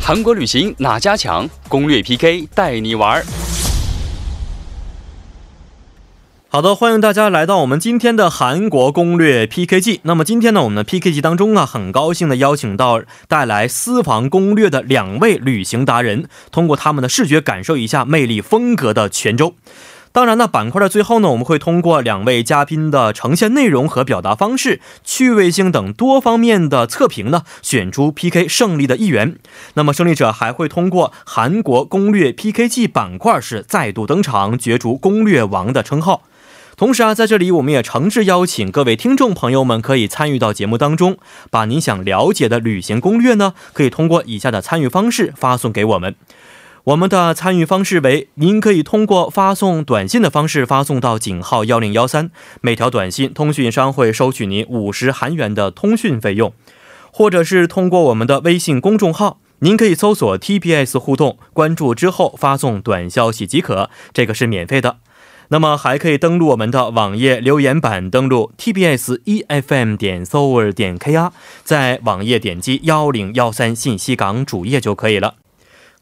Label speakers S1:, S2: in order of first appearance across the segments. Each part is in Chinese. S1: 韩国旅行哪家强？攻略 PK 带你玩儿。
S2: 好的，欢迎大家来到我们今天的韩国攻略 PK 季。那么今天呢，我们的 PK 季当中啊，很高兴的邀请到带来私房攻略的两位旅行达人，通过他们的视觉感受一下魅力风格的泉州。当然呢，板块的最后呢，我们会通过两位嘉宾的呈现内容和表达方式、趣味性等多方面的测评呢，选出 PK 胜利的一员。那么胜利者还会通过韩国攻略 PK 季板块是再度登场，角逐攻略王的称号。同时啊，在这里我们也诚挚邀请各位听众朋友们可以参与到节目当中，把您想了解的旅行攻略呢，可以通过以下的参与方式发送给我们。我们的参与方式为：您可以通过发送短信的方式发送到井号幺零幺三，每条短信通讯商会收取您五十韩元的通讯费用；或者是通过我们的微信公众号，您可以搜索 TBS 互动，关注之后发送短消息即可，这个是免费的。那么还可以登录我们的网页留言板，登录 tbs efm E 点 s o u r 点 kr，在网页点击幺零幺三信息港主页就可以了。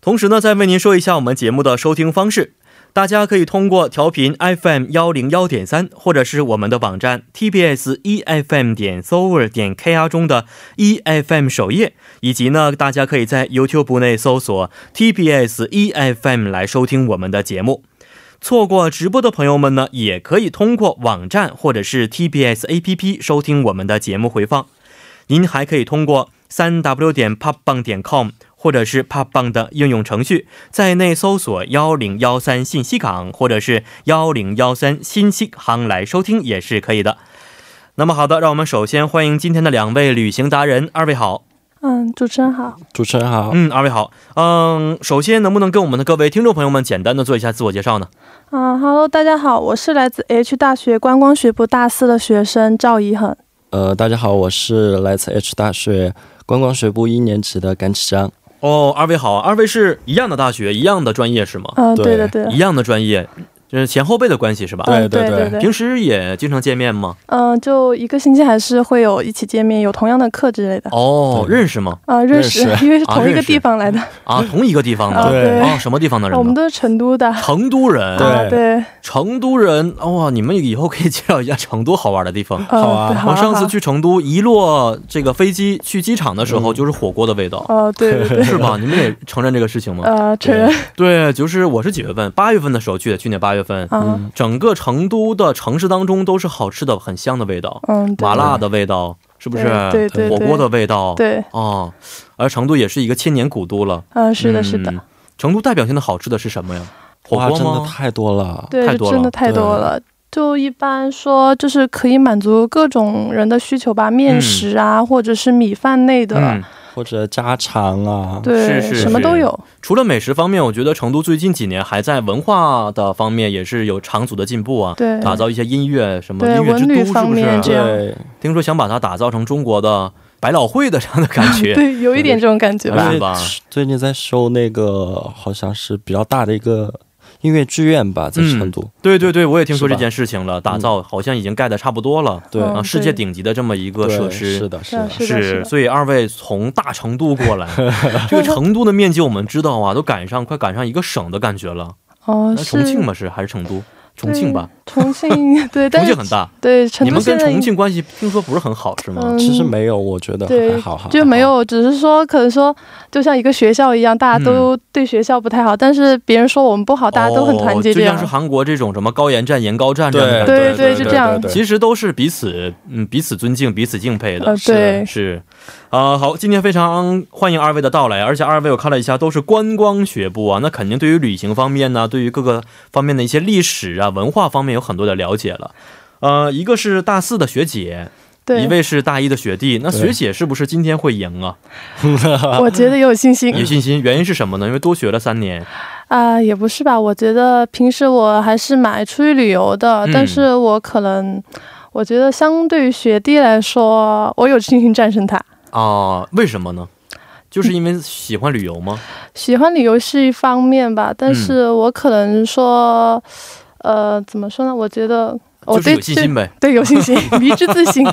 S2: 同时呢，再为您说一下我们节目的收听方式，大家可以通过调频 FM 幺零幺点三，或者是我们的网站 tbs efm E 点 s o u r 点 kr 中的 efm 首页，以及呢，大家可以在 YouTube 内搜索 tbs efm E 来收听我们的节目。错过直播的朋友们呢，也可以通过网站或者是 TBS APP 收听我们的节目回放。您还可以通过三 w 点 p o p b a n g 点 com 或者是 p o p b a n g 的应用程序，在内搜索幺零幺三信息港或者是幺零幺三信息港来收听也是可以的。那么好的，让我们首先欢迎今天的两位旅行达人，二位好。
S3: 嗯，主持人好。
S4: 主持人好，
S2: 嗯，二位好。嗯，首先能不能跟我们的各位听众朋友们简单的做一下自我介绍呢？
S3: 啊哈喽，大家好，我是来自 H 大学观光学部大四的学生赵怡恒。
S4: 呃，大家好，我是来自 H 大学观光学部一年级的甘启章。
S2: 哦，二位好，二位是一样的大学，一样的专业是吗？
S3: 嗯，
S4: 对
S3: 对的，对的
S2: 一。样的专业，就是前后辈的关系是吧？
S4: 对
S3: 嗯，对
S4: 对
S3: 对。
S2: 平时也经常见面吗？
S3: 嗯，就一个星期还是会有一起见面，有同样的课之类的。
S2: 哦，
S4: 对
S2: 认识吗？
S3: 啊，认识
S4: 认，识
S3: 因为是
S2: 啊
S3: 同一个
S2: 认识
S3: 地方来的。
S2: 啊，同一个地方
S3: 啊，
S2: 的。
S4: 嗯对
S2: 哦，什么地方的
S3: 我
S2: 人
S3: 们
S2: 呢？
S3: 都是成都的。
S2: 成都人。
S4: 对
S3: 啊，对。
S2: 成都人。哇，你们以后可以介绍一下成都好玩的地方。
S3: 嗯
S4: 好啊
S3: 对好
S2: 我上次
S3: 好
S2: 去成都，一落这个飞机去机场的时
S4: 嗯
S2: 候，就是火锅的味道。
S3: 哦，对 对对。
S2: 是吧？你们也承认这个事情
S4: 嗯
S2: 吗？
S3: 呃，承认
S2: 对，就是我是几月份？八月份的时候去的，去年八月份。
S4: 嗯
S3: 啊，
S2: 嗯整个成都的城市当中都是好吃的、很香的味道，
S3: 嗯，对
S2: 麻辣的味道，是不是？
S3: 对对对
S2: 火锅的味道，
S3: 对，
S2: 哦。而成都也是一个千年古都了。
S3: 嗯，是的，是的
S2: 嗯，成都代表性的好吃的是什么呀？火
S4: 哇，
S2: 锅
S4: 真的
S2: 吗？
S4: 太多了。
S3: 对，
S2: 太
S3: 就
S2: 多
S3: 真
S2: 了
S3: 的太多
S4: 对
S3: 了。就一般说，就是可以满足各种人的需求吧，面
S2: 嗯
S3: 食啊，或者是米饭类的，
S2: 嗯，
S4: 或者家常啊，
S3: 对，
S2: 是是
S3: 什么都
S2: 是
S3: 有。
S2: 除了美食方面，我觉得成都最近几年还在文化的方面也是有长足的进步啊，
S3: 对，
S2: 打造一些音乐什么
S3: 对
S2: 音乐之
S3: 文旅
S2: 都，是
S3: 方
S2: 不
S3: 面这
S2: 是？
S3: 样
S4: 对，
S2: 听说想把它打造成中国的百老汇的这样的感觉，
S3: 对，有一点这种感觉
S2: 对哎
S3: 吧。
S2: 是吧？
S4: 最近在收那个好像是比较大的一个音乐剧院吧，
S3: 嗯
S4: 在成都。
S2: 对对对，我也听说
S4: 是
S2: 这
S4: 吧
S2: 件事情了，打造好像已经盖的差不多了。
S4: 对
S3: 嗯
S2: 啊，世界顶级的这么一个
S4: 对
S2: 设施，
S4: 是的，是
S3: 啊
S4: 的，
S3: 是的，是的。
S2: 所以二位从大成都过 来，这个成都的面积我们知道啊，都赶上快赶上一个省的感觉了。
S3: 哦，
S2: 那
S3: 是
S2: 重庆吧是还是成都？重庆吧，
S3: 重庆 对，
S2: 重
S3: 但是
S2: 庆很大。
S3: 对成
S2: 你
S3: 都
S2: 们
S3: 现
S2: 跟
S3: 在
S2: 重庆关系听说不是很好是吗
S3: 嗯？
S4: 其实没有，我觉得
S3: 对
S4: 还好哈，
S3: 就没有，只是说可能说就像一个学校一样，大
S2: 嗯
S3: 家都对学校不太好，但是别人说我们不好，大家都很团结
S2: 哦
S3: 这
S2: 就
S3: 样
S2: 像是。韩国这种什么高岩站、岩高站这样的
S4: 对
S2: 感觉。
S3: 对对就这样
S2: 其实都是彼此嗯彼此尊敬、彼此敬佩的。
S3: 呃，
S4: 是
S3: 对，
S2: 是，啊、好，今天非常欢迎二位的到来，而且二位我看了一下，都是观光学部啊，那肯定对于旅行方面呢、对于各个方面的一些历史啊、文化方面有很多的了解了。呃，一个是大四的学姐，一
S3: 对，
S2: 位是大一的学弟。那
S4: 对
S2: 学姐是不是今天会赢啊？
S3: 我觉 得有信心
S2: 有信心，原因是什么呢？因为多学了三年。
S3: 啊，也不是吧，我觉得平时我还是蛮出去旅游的
S2: 嗯，
S3: 但是我可能我觉得相对于学弟来说，我有信心战胜他。
S2: 啊、为什么呢？就是因为喜欢旅游吗？
S3: 喜欢旅游是一方面吧，但是
S2: 嗯
S3: 我可能说，呃，怎么说呢？我觉得我
S2: 就是
S3: 对
S2: 有信心呗。
S3: 对对有信心，迷之自信。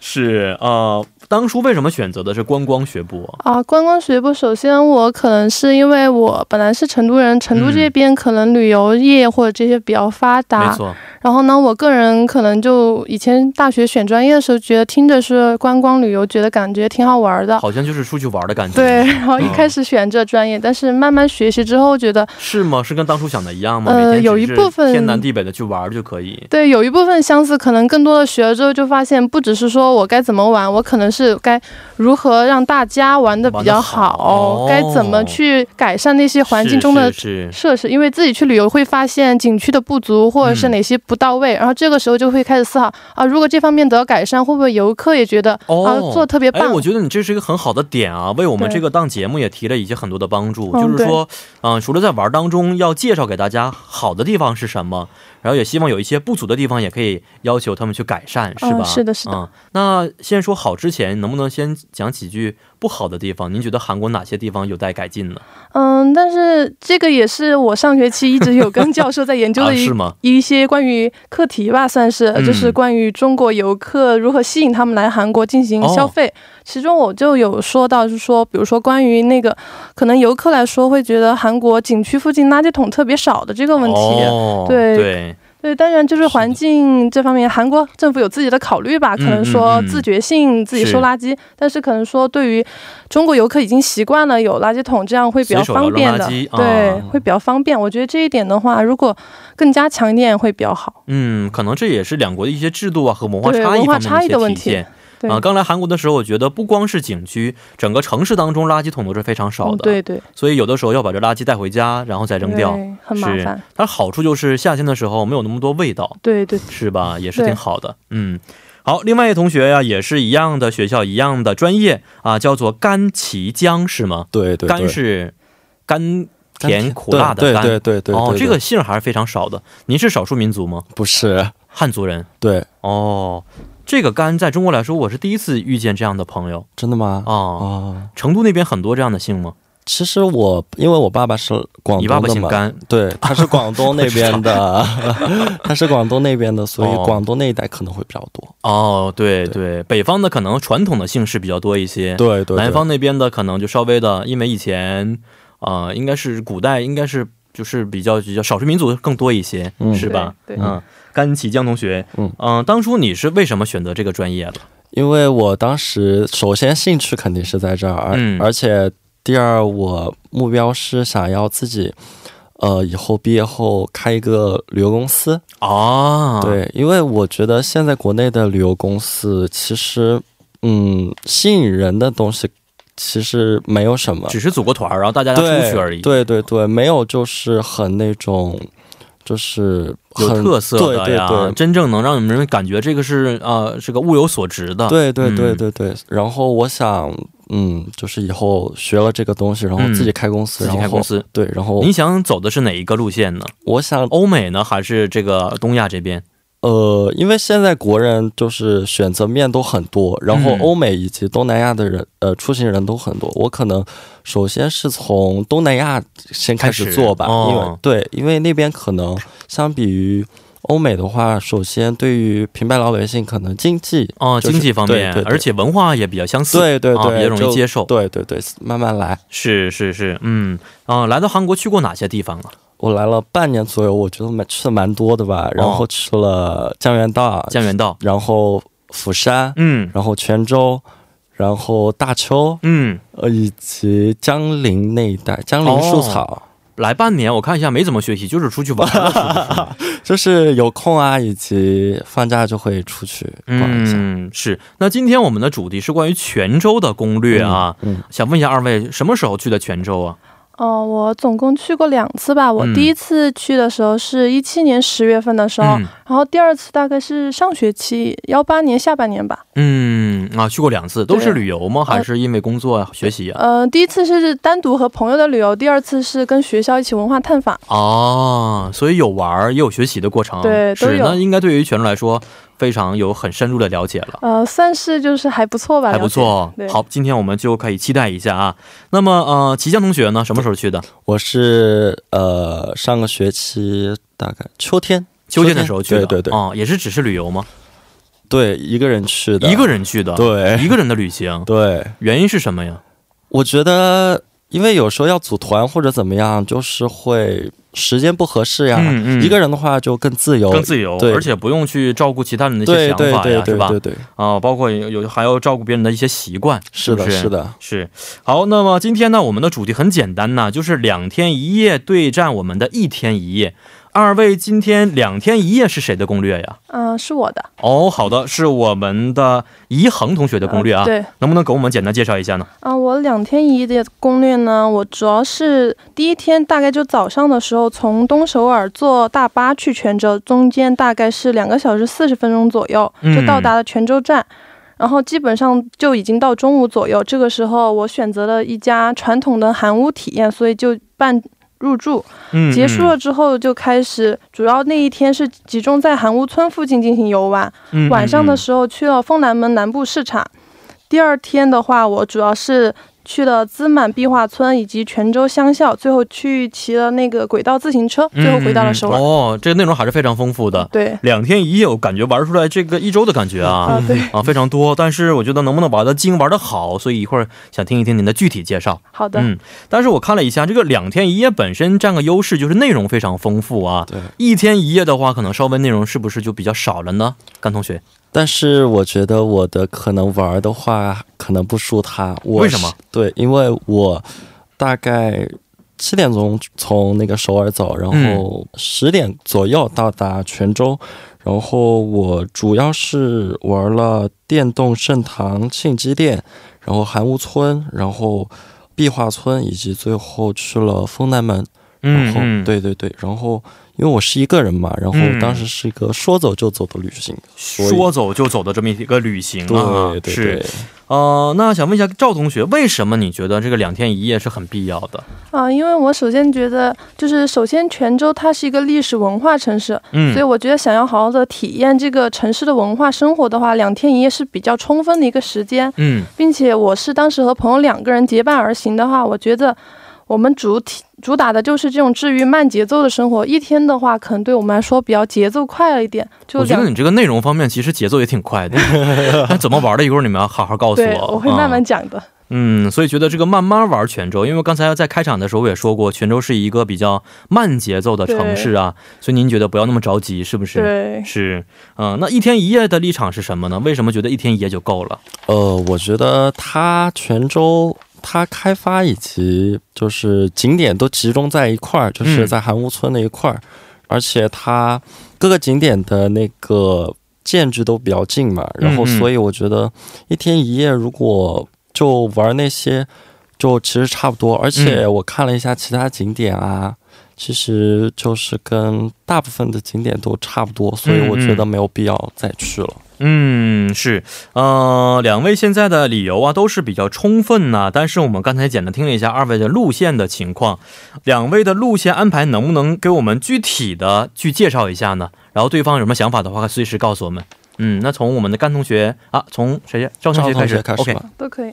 S2: 是啊、呃当初为什么选择的是观光学部啊？
S3: 啊，观光学部，首先我可能是因为我本来是成都人，成都这边可能旅游业或者这些比较发达，
S2: 嗯没错，
S3: 然后呢，我个人可能就以前大学选专业的时候，觉得听着是观光旅游，觉得感觉挺好玩的。
S2: 好像就是出去玩的感觉。
S3: 对，，然后一开始选这专业，但是慢慢学习之后，觉得
S2: 是吗？是跟当初想的一样吗？
S3: 呃
S2: 每天只是
S3: 有一部分
S2: 天南地北的去玩就可以。
S3: 对有一部分相似，可能更多的学了之后，就发现不只是说我该怎么玩，我可能是该如何让大家玩的比较
S2: 玩
S3: 好，
S2: 得好
S3: 该怎么去改善那些环境中的
S2: 哦是是是
S3: 设施，因为自己去旅游会发现景区的不足，或者是
S2: 嗯
S3: 哪些不到位，然后这个时候就会开始思考啊，如果这方面得到改善，会不会游客也觉得、
S2: 哦
S3: 啊，做得特别
S2: 哎，
S3: 棒？
S2: 我觉得你这是一个很好的点啊，为我们
S3: 对
S2: 这个档节目也提了一些很多的帮助。
S3: 嗯
S2: 就是说，嗯、除了在玩当中要介绍给大家好的地方是什么，然后也希望有一些不足的地方也可以要求他们去改善，是吧？
S3: 嗯是的是的
S2: 嗯，那先说好之前，能不能先讲几句不好的地方？您觉得韩国哪些地方有待改进呢？
S3: 嗯，但是这个也是我上学期一直有跟教授在研究
S2: 啊，
S3: 的一、
S2: 是吗？
S3: 一些关于课题吧，算是、
S2: 嗯
S3: 就是关于中国游客如何吸引他们来韩国进行
S2: 哦
S3: 消费。其中我就有说到，就是说，比如说关于那个可能游客来说会觉得韩国景区附近垃圾桶特别少的这个问题。
S2: 哦，
S3: 对
S2: 对，
S3: 对，当然就是环境这方面，韩国政府有自己的考虑吧，可能说
S2: 嗯嗯
S3: 自觉性自己收垃圾，但是可能说对于中国游客已经习惯了有垃圾桶，这样会比较方便的，
S2: 随手扔垃圾
S3: 对
S2: 啊，
S3: 会比较方便。我觉得这一点的话，如果更加强一点会比较好。
S2: 嗯，可能这也是两国的一些制度啊和文化
S3: 对
S2: 差异
S3: 文化
S2: 方面
S3: 差异的
S2: 一些
S3: 问
S2: 体
S3: 题
S2: 现。
S3: 对，
S2: 啊，刚来韩国的时候，我觉得不光是景区，整个城市当中垃圾桶都是非常少
S3: 嗯
S2: 的，，
S3: 对对，
S2: 所以有的时候要把这垃圾带回家，然后再扔掉。
S3: 对，很麻
S2: 是
S3: 烦。
S2: 它好处就是夏天的时候没有那么多味道，
S3: 对对，
S2: 是吧？也是
S3: 对
S2: 挺好的。嗯，好，另外一同学呀、也是一样的学校，一样的专业啊，叫做甘其江，是吗？
S4: 对对对，
S2: 甘是甘
S4: 甘
S2: 甜苦辣的
S4: 对
S2: 甘。
S4: 对对对对
S2: 哦，
S4: 对
S2: 这个姓儿还是非常少的。您是少数民族吗？
S4: 不是
S2: 汉族人？
S4: 对，
S2: 哦，这个甘在中国来说，我是第一次遇见这样的朋友
S4: 真的吗？
S2: 啊。哦
S4: 哦，
S2: 成都那边很多这样的姓吗？
S4: 其实我因为我爸爸是广
S2: 你
S4: 东
S2: 爸爸
S4: 的
S2: 姓
S4: 嘛，
S2: 甘，
S4: 对，他是广东那 边的， 他是广东那边的，所
S2: 哦
S4: 以广东那一带可能会比较多。
S2: 哦，对对，北方的可能传统的姓氏比较多一些，
S4: 对对，对
S2: 南方那边的可能就稍微的，因为以前啊、呃应该是古代应该是就是比较比较少数民族更多一些，
S4: 嗯
S2: 是吧？
S3: 对？对，
S2: 嗯，甘其江同学，嗯
S4: 嗯、
S2: 当初你是为什么选择这个专业的？
S4: 因为我当时首先兴趣肯定是在这儿，而、
S2: 嗯
S4: 而且第二我目标是想要自己，呃，以后毕业后开一个旅游公司。
S2: 哦，，
S4: 嗯对，因为我觉得现在国内的旅游公司其实，嗯，吸引人的东西其实没有什么，
S2: 只是组个团儿，然后大家出
S4: 对
S2: 去而已，
S4: 对对对，没有就是很那种，就是很
S2: 有特色的
S4: 对
S2: 呀，
S4: 对对，
S2: 真正能让你们感觉这个是呃是个物有所值的，
S4: 对对对
S2: 嗯
S4: 对对。然后我想，嗯，就是以后学了这个东西，然后
S2: 嗯
S4: 自己开公
S2: 自
S4: 司，
S2: 己
S4: 然后
S2: 开公司。哦
S4: 对，然后
S2: 您想走的是哪一个路线呢？
S4: 我想，
S2: 欧美呢，还是这个东亚这边？
S4: 呃，因为现在国人就是选择面都很多，然后
S2: 嗯
S4: 欧美以及东南亚的人，呃，出行人都很多。我可能首先是从东南亚先开
S2: 开
S4: 始
S2: 始
S4: 做吧，因
S2: 哦
S4: 为对，因为那边可能相比于欧美的话，首先对于平白老百姓可能经济。
S2: 哦，
S4: 就是
S2: 经济方面，
S4: 对对对
S2: 而且文化也比较相似，
S4: 对对
S2: 啊
S4: 对，
S2: 比较容易
S4: 就
S2: 接受。
S4: 对对对，慢慢来。
S2: 是是是，嗯，啊、来到韩国去过哪些地方啊？
S4: 我来了半年左右，我觉得蛮去的蛮多的吧。然后去了江原道，
S2: 哦江原道，
S4: 然后釜山，
S2: 嗯
S4: 然后泉州，然后大邱，
S2: 嗯，
S4: 呃，以及江陵那一带，江陵树
S2: 哦
S4: 草，
S2: 来半年，我看一下没怎么学习，就是出去玩了， 是不是
S4: 就是有空啊，以及放假就会出去逛一下。
S2: 嗯，是。那今天我们的主题是关于泉州的攻略啊，
S4: 嗯嗯
S2: 想问一下二位什么时候去的泉州啊？
S3: 哦、我总共去过两次吧。我
S2: 嗯
S3: 第一次去的时候是一七年十月份的时候、
S2: 嗯
S3: 然后第二次大概是上学期幺八年下半年吧。
S2: 嗯啊，去过两次，都是
S3: 对
S2: 旅游吗？还
S3: 呃
S2: 是因为工作啊、学习啊？
S3: 呃，第一次是单独和朋友的旅游，第二次是跟学校一起文化探访。
S2: 哦，所以有玩儿也有学习的过程，
S3: 对都
S2: 是
S3: 有
S2: 那应该对于泉州来说非常有很深入的了解了。
S3: 呃，算是就是还不错吧，
S2: 还不错哦
S3: 了解。对，
S2: 好，今天我们就可以期待一下啊。那么，呃，齐江同学呢，什么时候去的？
S4: 我是呃上个学期大概秋天，
S2: 秋天的时候去的，哦
S4: 对对对
S2: 哦，也是只是旅游吗？
S4: 对，一个人去的，
S2: 一个人啊去的，，
S4: 对哎
S2: 一个人的旅行，
S4: 对，
S2: 原因是什么呀？
S4: 我觉得，因为有时候要组团或者怎么样，就是会时间不合适呀。
S2: 嗯嗯
S4: 一个人的话就更自由，
S2: 更自由，
S4: 哦对
S2: 而且不用去照顾其他人的一些
S4: 对
S2: 想
S4: 对
S2: 法
S4: 对
S2: 呀，是
S4: 对
S2: 吧
S4: 对？对，
S2: 啊，包括有有还要照顾别人的一些习惯，
S4: 是的，
S2: 不是
S4: 是的，
S2: 是，好，那么今天呢，我们的主题很简单呐，就是两天一夜对战我们的一天一夜。二位今天两天一夜是谁的攻略呀？
S3: 嗯、是我的
S2: 哦，好的，是我们的怡恒同学的攻略啊。
S3: 呃对，
S2: 能不能给我们简单介绍一下呢？
S3: 啊、我两天一夜的攻略呢，我主要是第一天大概就早上的时候，从东首尔坐大巴去泉州，中间大概是两个小时四十分钟左右
S2: 嗯
S3: 就到达了泉州站。然后基本上就已经到中午左右，这个时候我选择了一家传统的韩屋体验，所以就办入住。
S2: 嗯，
S3: 结束了之后就开始，主要那一天是集中在韩屋村附近进行游玩。
S2: 嗯，嗯
S3: 晚上的时候去了丰南门南部市场。第二天的话，我主要是去了资满壁画村以及泉州乡校，最后去骑了那个轨道自行车，
S2: 嗯
S3: 最后回到了首尔。
S2: 嗯嗯哦，这个内容还是非常丰富嗯哦的。
S3: 对，
S2: 两天一夜，我感觉玩出来这个一周的感觉啊
S3: 啊、对，
S2: 啊，非常多。但是我觉得能不能玩的精、玩的好，所以一会儿想听一听您的具体介绍。
S3: 好的，
S2: 嗯，但是我看了一下，这个两天一夜本身占个优势就是内容非常丰富啊。
S4: 对。
S2: 一天一夜的话，可能稍微内容是不是就比较少了呢？甘同学，
S4: 但是我觉得我的可能玩儿的话，可能不输他。我
S2: 为什么
S4: 是？对，因为我大概七点钟从那个首尔走，然后
S2: 嗯
S4: 十点左右到达泉州。然后我主要是玩了电动盛唐庆基店，然后韩屋村，然后壁画村，以及最后去了丰南门。然后，嗯对对对，然后因为我是一个人嘛，然后
S2: 嗯
S4: 当时是一个说走就走的旅行。所以
S2: 说走就走的这么一个旅行啊，
S4: 对对
S2: 是
S4: 对，
S2: 呃，那想问一下赵同学，为什么你觉得这个两天一夜是很必要的？
S3: 啊，因为我首先觉得，就是首先泉州它是一个历史文化城市，
S2: 嗯，
S3: 所以我觉得想要好好的体验这个城市的文化生活的话，两天一夜是比较充分的一个时间。
S2: 嗯
S3: 并且我是当时和朋友两个人结伴而行的话，我觉得我们主体主打的就是这种治愈慢节奏的生活。一天的话，可能对我们来说比较节奏快了一点，就
S2: 我觉
S3: 两
S2: 得你这个内容方面其实节奏也挺快 的，但怎么玩的，一会儿你们要好好告诉
S3: 对，
S2: 我。
S3: 我会慢
S2: 啊
S3: 慢讲的。
S2: 嗯，所以觉得这个慢慢玩泉州，因为刚才在开场的时候我也说过，泉州是一个比较慢节奏的城市啊，所以您觉得不要那么着急，是不是？
S3: 对，
S2: 是，嗯、那一天一夜的立场是什么呢？为什么觉得一天一夜就够了？
S4: 呃，我觉得它泉州它开发以及就是景点都集中在一块儿，就是在韩屋村那一块儿，而且它各个景点的那个建制都比较近嘛，然后
S2: 嗯嗯
S4: 所以我觉得一天一夜如果就玩那些，就其实差不多，而且我看了一下其他景点啊。其实就是跟大部分的景点都差不多，所以我觉得没有必要再去了。
S2: 嗯，是，呃，两位现在的理由啊都是比较充分呐、但是我们刚才简单听了一下二位的路线的情况，两位的路线安排能不能给我们具体的去介绍一下呢？然后对方有什么想法的话，随时告诉我们。嗯，那从我们的甘同学啊，从谁赵同学开
S4: 赵同
S2: 始
S4: 学开始
S2: o k
S4: 吧。
S3: 都可以。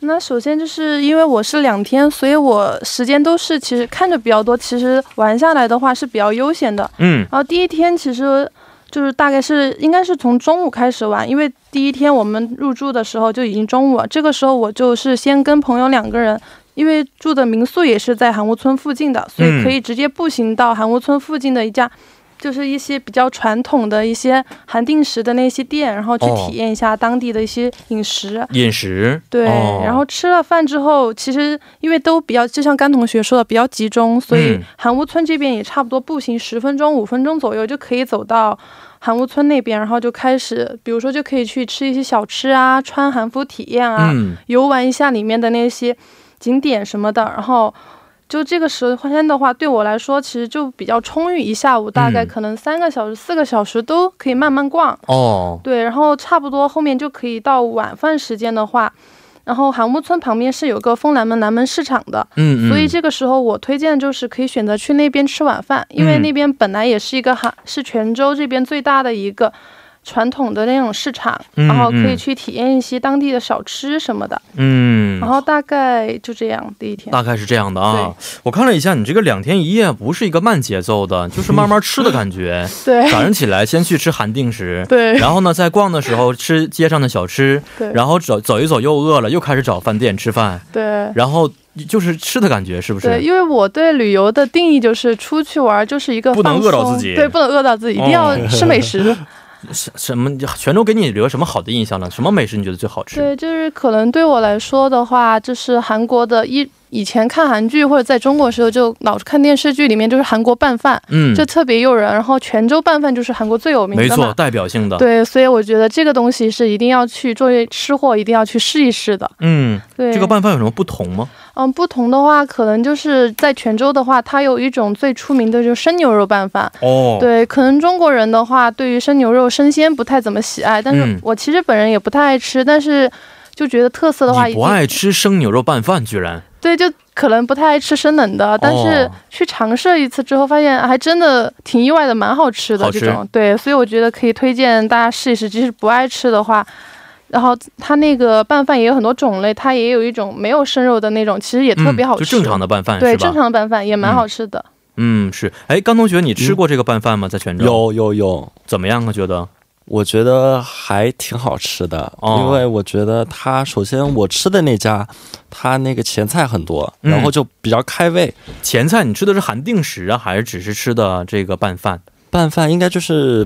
S3: 那首先就是因为我是两天，所以我时间都是其实看着比较多，其实玩下来的话是比较悠闲的。
S2: 嗯
S3: 然后第一天其实就是大概是应该是从中午开始玩，因为第一天我们入住的时候就已经中午了。这个时候我就是先跟朋友两个人，因为住的民宿也是在韩屋村附近的，所
S2: 嗯
S3: 以可以直接步行到韩屋村附近的一家。就是一些比较传统的一些韩定食的那些店，然后去
S2: 哦
S3: 体验一下当地的一些饮食。啊
S2: 饮食
S3: 对、
S2: 哦
S3: 然后吃了饭之后，其实因为都比较，就像甘同学说的，比较集中，所以
S2: 嗯
S3: 韩屋村这边也差不多步行十分钟、五分钟左右就可以走到韩屋村那边，然后就开始，比如说就可以去吃一些小吃啊，穿韩服体验啊，
S2: 嗯
S3: 游玩一下里面的那些景点什么的，然后。就这个时间的话，对我来说其实就比较充裕，一下午大概
S2: 嗯
S3: 可能三个小时、四个小时都可以慢慢逛。
S2: 哦，
S3: 对，然后差不多后面就可以到晚饭时间的话，然后韩屋村旁边是有个丰南门南门市场的，
S2: 嗯嗯，
S3: 所以这个时候我推荐就是可以选择去那边吃晚饭，因为
S2: 嗯
S3: 那边本来也是一个韩是泉州这边最大的一个。传统的那种市场，
S2: 嗯
S3: 然后可以
S2: 嗯
S3: 去体验一些当地的小吃什么的。
S2: 嗯
S3: 然后大概就这样，第一天。
S2: 大概是这样的啊。我看了一下，你这个两天一夜不是一个慢节奏的，就是慢慢吃的感 觉。
S3: 对
S2: 早上起来先去吃韩定食，
S3: 对
S2: 然后呢，在逛的时候吃街上的小吃，
S3: 对
S2: 然后走走一走又饿了，又开始找饭店吃饭，
S3: 对
S2: 然后就是吃的感觉，是不
S3: 对，
S2: 是？
S3: 因为我对旅游的定义就是出去玩就是一个
S2: 不能
S3: 放
S2: 饿到
S3: 松
S2: 自己
S3: 对，不能饿到自己，一定要
S2: 哦
S3: 吃 美食。
S2: 什什么？泉州给你留什么好的印象呢？什么美食你觉得最好吃？
S3: 对，就是可能对我来说的话，就是韩国的一以前看韩剧或者在中国的时候，就老是看电视剧里面就是韩国拌饭，
S2: 嗯，
S3: 就特别诱人。然后泉州拌饭就是韩国最有名
S2: 没
S3: 的
S2: 错，
S3: 嘛。
S2: 代表性的。，
S3: 对，所以我觉得这个东西是一定要去作为吃货一定要去试一试的。
S2: 嗯，
S3: 对，
S2: 这个拌饭有什么不同吗？
S3: 嗯，不同的话，可能就是在泉州的话，它有一种最出名的就是生牛肉拌饭。
S2: 哦，
S3: 对，可能中国人的话，对于生牛肉生鲜不太怎么喜爱，但
S2: 嗯
S3: 是我其实本人也不太爱吃，但是就觉得特色的话，
S2: 你不爱吃生牛肉拌饭，居然
S3: 对，就可能不太爱吃生冷的，但
S2: 哦
S3: 是去尝试一次之后，发现还真的挺意外的，蛮好吃的
S2: 好吃
S3: 这种。对，所以我觉得可以推荐大家试一试，即使不爱吃的话。然后它那个拌饭也有很多种类，它也有一种没有生肉的那种，其实也特别好
S2: 嗯
S3: 吃。
S2: 就正常的拌饭
S3: 对
S2: 是吧？
S3: 正常的拌饭也蛮好吃的。
S2: 嗯，是。哎，甘同学，你吃过这个拌饭吗？在泉州
S4: 有有有，
S2: 怎么样啊？觉得
S4: 我觉得还挺好吃的，
S2: 哦
S4: 因为我觉得它首先我吃的那家，它那个前菜很多，
S2: 嗯
S4: 然后就比较开胃。
S2: 前菜你吃的是韩定食啊，还是只是吃的这个拌饭？
S4: 拌饭应该就是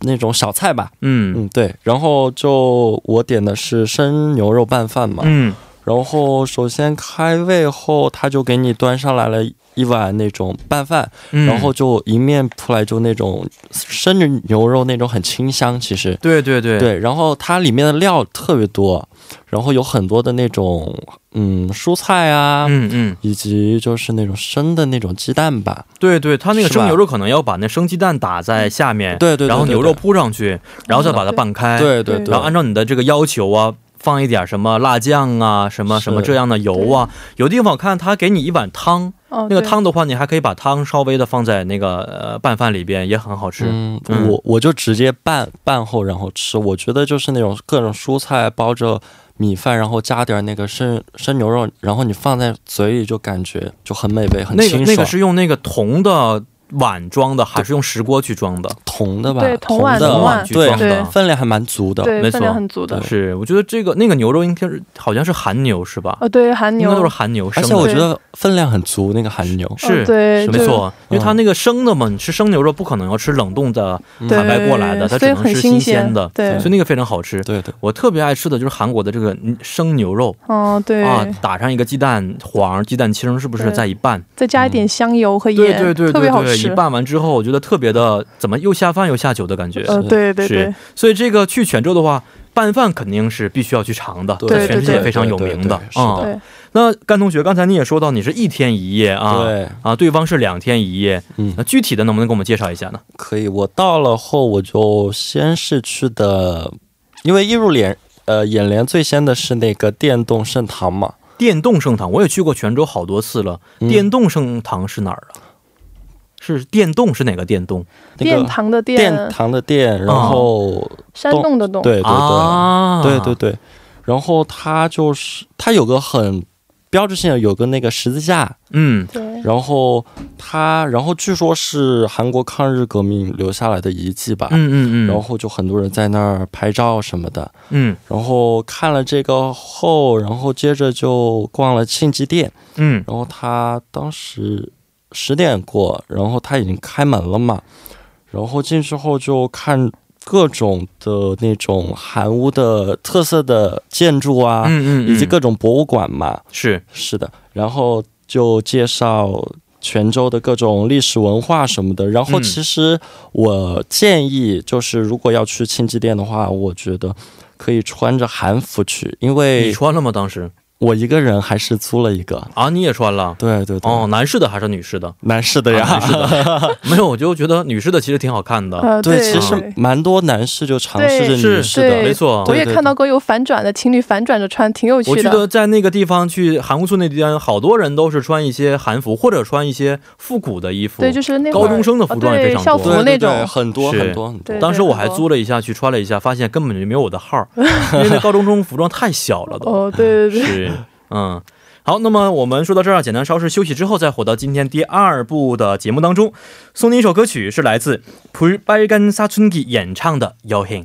S4: 那种小菜吧，
S2: 嗯
S4: 嗯对。然后就我点的是生牛肉拌饭嘛，
S2: 嗯
S4: 然后首先开胃后，他就给你端上来了一碗那种拌饭，
S2: 嗯，
S4: 然后就一面铺来就那种生牛肉那种很清香，其实。
S2: 对对对，
S4: 对，然后它里面的料特别多，然后有很多的那种嗯蔬菜啊、
S2: 嗯嗯，
S4: 以及就是那种生的那种鸡蛋吧。
S2: 对对，它那个
S4: 是吧
S2: 生牛肉可能要把那生鸡蛋打在下面，
S4: 对对对
S2: 然后
S4: 对
S2: 牛
S4: 对
S2: 肉铺上去，然后再把它拌开，，
S4: 对对
S3: 对
S4: 对
S2: 然后按照你的这个要求啊。放一点什么辣酱啊，什么
S4: 是
S2: 什么这样的油啊，有地方我看他给你一碗汤，
S3: 哦，
S2: 那个
S3: 对
S2: 汤的话，你还可以把汤稍微的放在那个呃拌饭里边，也很好吃。
S4: 嗯，
S2: 嗯
S4: 我我就直接拌拌后然后吃，我觉得就是那种各种蔬菜包着米饭，然后加点那个生生牛肉，然后你放在嘴里就感觉就很美味，很
S2: 那个
S4: 清爽。
S2: 那个是用那个铜的碗装的，还是用石锅去装的？
S4: 铜的吧？
S3: 对铜
S4: 铜
S3: 碗
S4: 的
S3: 铜
S2: 碗去
S4: 对
S2: 装，的。
S4: 分量还蛮足的。
S3: 对
S2: 没
S3: 分
S2: 错
S3: 量很足的。
S2: 是，我觉得这个那个牛肉应该是好像是韩牛是吧？
S3: 哦，对，韩
S2: 应
S3: 牛
S2: 该都是韩牛生
S4: 而且
S2: 的，
S4: 我觉得分量很足，那个韩牛
S2: 是、
S3: 哦嗯对
S2: 是
S3: 就
S2: 没错，因为它那个生的嘛，你吃生牛肉不可能要吃冷冻的
S4: 嗯
S3: 对
S2: 买白过来的，它
S3: 所
S2: 只
S3: 以
S2: 能
S3: 很
S2: 是
S3: 新
S2: 鲜的，
S3: 对，
S2: 所以那个非常好吃。
S4: 对对，
S2: 我特别爱吃的就是韩国的这个生牛肉
S3: 嗯，对，
S2: 啊，打上一个鸡蛋黄、鸡蛋清，是不是
S3: 对
S2: 再一拌？
S3: 再加一点香油和
S2: 嗯对
S3: 盐，
S2: 对对
S3: 特别
S2: 对
S3: 好
S2: 对，一
S3: 吃。
S2: 拌完之后，我觉得特别的，怎么又下饭又下酒的感觉？
S3: 呃，对对对
S2: 是，，所以这个去泉州的话，拌饭肯定是必须要去尝的，
S4: 对
S2: 在全世界
S3: 对对
S2: 非常有名的
S4: 对对对
S2: 啊、
S4: 是
S3: 的
S2: 那甘同学，刚才你也说到你是一天一夜啊，
S4: 对，
S2: 啊，对方是两天一夜，
S4: 嗯
S2: 那，具体的能不能给我们介绍一下呢？
S4: 可以。我到了后，我就先是去的，因为映入眼呃眼帘最先的是那个电动盛唐嘛，
S2: 电动盛唐，我也去过泉州好多次了。
S4: 嗯
S2: 电动盛唐是哪儿啊？是电动是哪个电动？
S4: 那
S3: 殿
S4: 个
S3: 堂的
S4: 殿堂的殿，然后、
S3: 山洞的洞，
S4: 对对对、
S2: 啊，
S4: 对对对，然后它就是它有个很标志性的有个那个十字架，
S2: 嗯，
S3: 对
S4: 然后它然后据说是韩国抗日革命留下来的遗迹吧。
S2: 嗯嗯嗯，
S4: 然后就很多人在那儿拍照什么的，
S2: 嗯
S4: 然后看了这个后，然后接着就逛了庆记店，
S2: 嗯
S4: 然后他当时十点过，然后他已经开门了嘛，然后进去后就看各种的那种韩屋的特色的建筑啊，
S2: 嗯嗯，
S4: 以及各种博物馆嘛，
S2: 是
S4: 是的，然后就介绍。泉州的各种历史文化什么的，然后
S2: 嗯
S4: 其实我建议，就是如果要去庆记店的话，我觉得可以穿着韩服去，因为
S2: 你穿了吗？当时
S4: 我一个人还是租了一个。
S2: 啊，你也穿了？
S4: 对对对，
S2: 哦，男士的还是女士的？
S4: 男士的呀，
S2: 啊男士的，没有，我就觉得女士的其实挺好看的。
S3: 呃，
S4: 对，
S3: 对
S4: 其实蛮多男士就尝试着
S3: 对
S4: 女士的，
S3: 对
S2: 没错
S3: 我
S4: 对
S3: 也
S4: 对
S3: 看到过有反转的情侣反转着穿，挺有
S2: 我
S3: 趣
S2: 记
S3: 的。
S2: 得在那个地方去韩屋村那地方，好多人都是穿一些韩服或者穿一些复古的衣服。
S3: 对，就是那
S2: 高
S3: 会儿哦
S2: 中生的服装也非
S3: 对
S2: 常
S3: 校
S2: 多
S3: 服
S4: 对对
S3: 那
S4: 对
S3: 种，
S4: 很多
S2: 是
S4: 很多很多。
S3: 对
S2: 当时我还
S3: 很多
S2: 租了一下去穿了一下，发现根本就没有我的号儿， 因为那高中生服装太小了都。
S3: 哦，对 对对，
S2: 是，嗯。好，那么我们说到这儿，啊简单稍事休息之后，再回到今天第二部的节目当中，送您一首歌曲，是来自普尔拜干萨春吉演唱的《여행》。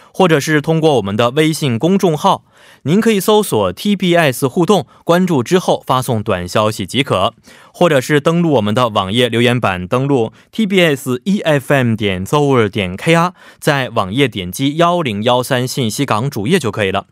S2: 或者是通过我们的微信公众号，您可以搜索 TBS 互动，关注之后发送短消息即可，或者是登录我们的网页留言板，登录 TBS EFM E 点 z o r 点 KR。在网页点击幺零幺三信息港主页就可以了。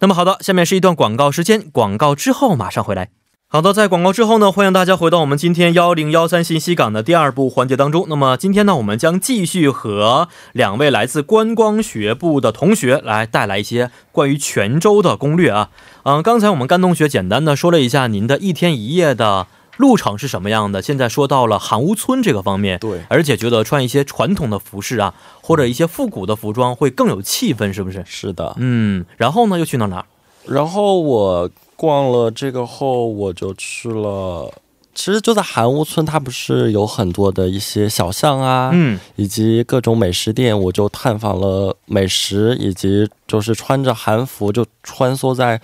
S2: 那么好的，下面是一段广告时间，广告之后马上回来。好的，在广告之后呢，欢迎大家回到我们今天幺零幺三信息港的第二部环节当中。那么今天呢，我们将继续和两位来自观光学部的同学来带来一些关于泉州的攻略啊。嗯、刚才我们甘同学简单的说了一下您的一天一夜的路程是什么样的，现在说到了韩屋村这个方面，
S4: 对
S2: 而且觉得穿一些传统的服饰啊，或者一些复古的服装会更有气氛，是不是？
S4: 是的。
S2: 嗯，然后呢，又去到哪儿？
S4: 然后我逛了这个后，我就去了。其实就在韩屋村，它不是有很多的一些小巷啊，
S2: 嗯，
S4: 以及各种美食店，我就探访了美食，以及就是穿着韩服就穿梭在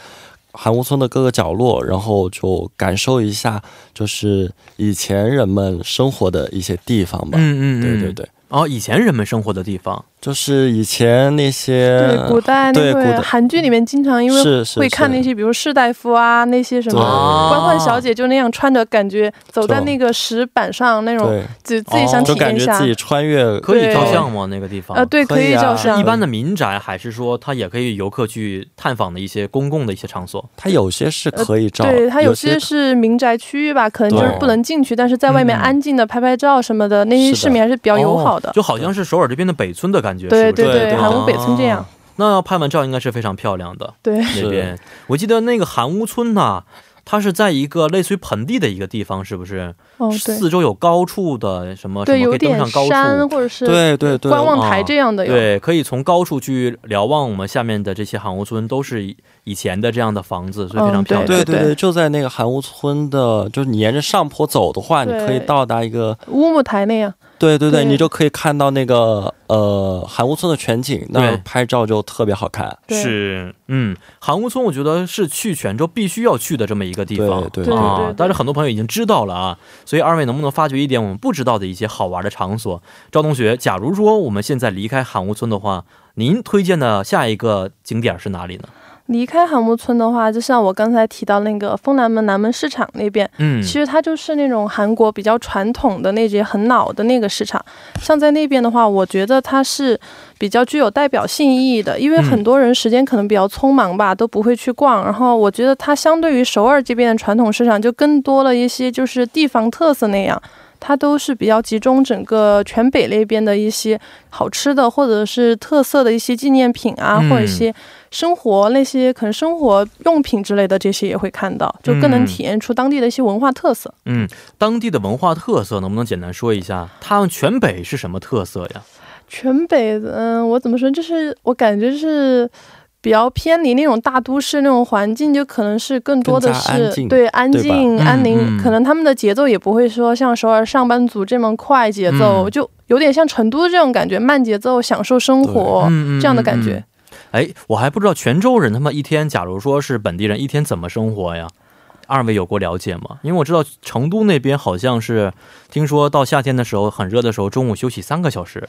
S4: 韩屋村的各个角落，然后就感受一下就是以前人们生活的一些地方吧。
S2: 嗯嗯，嗯
S4: 对对。对，
S2: 哦，以前人们生活的地方，
S4: 就是以前那些
S3: 对古代那
S4: 呃对古
S3: 会
S4: 代
S3: 韩剧里面经常因为
S4: 是是
S3: 会看
S4: 是
S3: 那些，比如士大夫啊，那些什
S4: 对
S3: 么
S4: 啊
S3: 官宦小姐就那样穿着，感觉走在
S4: 就
S3: 那个石板上那种，
S4: 对，
S3: 就自己
S2: 哦
S3: 想体
S4: 就感
S3: 验一
S4: 觉
S3: 下
S4: 自。己穿越
S2: 可以
S3: 对
S2: 照相吗？那个地方
S3: 呃，，对，
S4: 可
S3: 可
S4: 以
S3: 以
S4: 啊
S3: 照
S2: 是
S3: 相
S2: 一。般的民宅，还是说它也可以游客去探访的一些公共的一些场所？
S4: 它有些是可以照，
S3: 呃对，它
S4: 有
S3: 些是民宅区域吧，可能
S4: 对
S3: 就是不能进去，但是在外面
S2: 嗯
S3: 安静的拍拍照什么的，那些
S4: 是的
S3: 市民还是比较友好的
S2: 哦。就好像是首尔这边的北村的感觉，
S3: 对
S2: 是不是
S4: 对对对
S2: 哦
S4: 韩
S3: 屋北村这样
S2: 那要拍完照应该是非常漂亮的。
S3: 对，
S2: 那边我记得那个韩屋村呐、它是在一个类似于盆地的一个地方，是不是？
S3: 哦对，
S2: 四周有高处的什啊么什
S3: 对，
S2: 么可
S3: 有
S2: 以登
S3: 点
S2: 上高
S3: 山
S2: 处，
S3: 或者是
S4: 对对对，
S3: 观望
S2: 啊
S3: 台这样的有。
S2: 对，可以从高处去瞭望我们下面的这些韩屋村，都是以以前的这样的房子，所以非常
S3: 嗯
S2: 漂亮。
S3: 对
S4: 对对对，就在那个韩屋村的，就是你沿着上坡走的话，你
S3: 对
S4: 可以到达一个，
S3: 乌木台那样，
S4: 对对对，
S3: 对
S4: 你就可以看到那个呃韩屋村的全景，那
S2: 对
S4: 儿拍照就特别好看。
S3: 对
S2: 是，嗯，韩屋村我觉得是去泉州必须要去的这么一个地方，
S3: 对
S4: 对对
S3: 对
S2: 啊
S3: 对。
S2: 但是很多朋友已经知道了啊，所以二位能不能发掘一点我们不知道的一些好玩的场所？赵同学，假如说我们现在离开韩屋村的话，您推荐的下一个景点是哪里呢？
S3: 离开韩木村的话，就像我刚才提到那个丰南门南门市场那边，
S2: 嗯
S3: 其实它就是那种韩国比较传统的那些很老的那个市场。像在那边的话，我觉得它是比较具有代表性意义的，因为
S2: 嗯
S3: 很多人时间可能比较匆忙吧，都不会去逛。然后我觉得它相对于首尔这边的传统市场，就更多了一些就是地方特色那样。它都是比较集中整个全北那边的一些好吃的，或者是特色的一些纪念品啊，
S2: 嗯
S3: 或者一些生活那些可能生活用品之类的这些也会看到，就更能
S2: 嗯
S3: 体验出当地的一些文化特色。
S2: 嗯，当地的文化特色能不能简单说一下？他们泉北是什么特色呀？
S3: 全北，嗯、我怎么说，就是我感觉是。比较偏离那种大都市那种环境，就可能是更多的
S4: 更加
S3: 是
S4: 安静
S3: 对安静、
S2: 对吧
S3: 安宁、
S2: 嗯嗯
S3: 可能他们的节奏也不会说像首尔上班族这么快节奏，
S2: 嗯
S3: 就有点像成都这种感觉，慢节奏享受生活
S2: 嗯嗯
S3: 这样的感觉。
S2: 嗯哎，我还不知道泉州人他们一天，假如说是本地人一天怎么生活呀？二位有过了解吗？因为我知道成都那边好像是，听说到夏天的时候很热的时候，中午休息三个小时，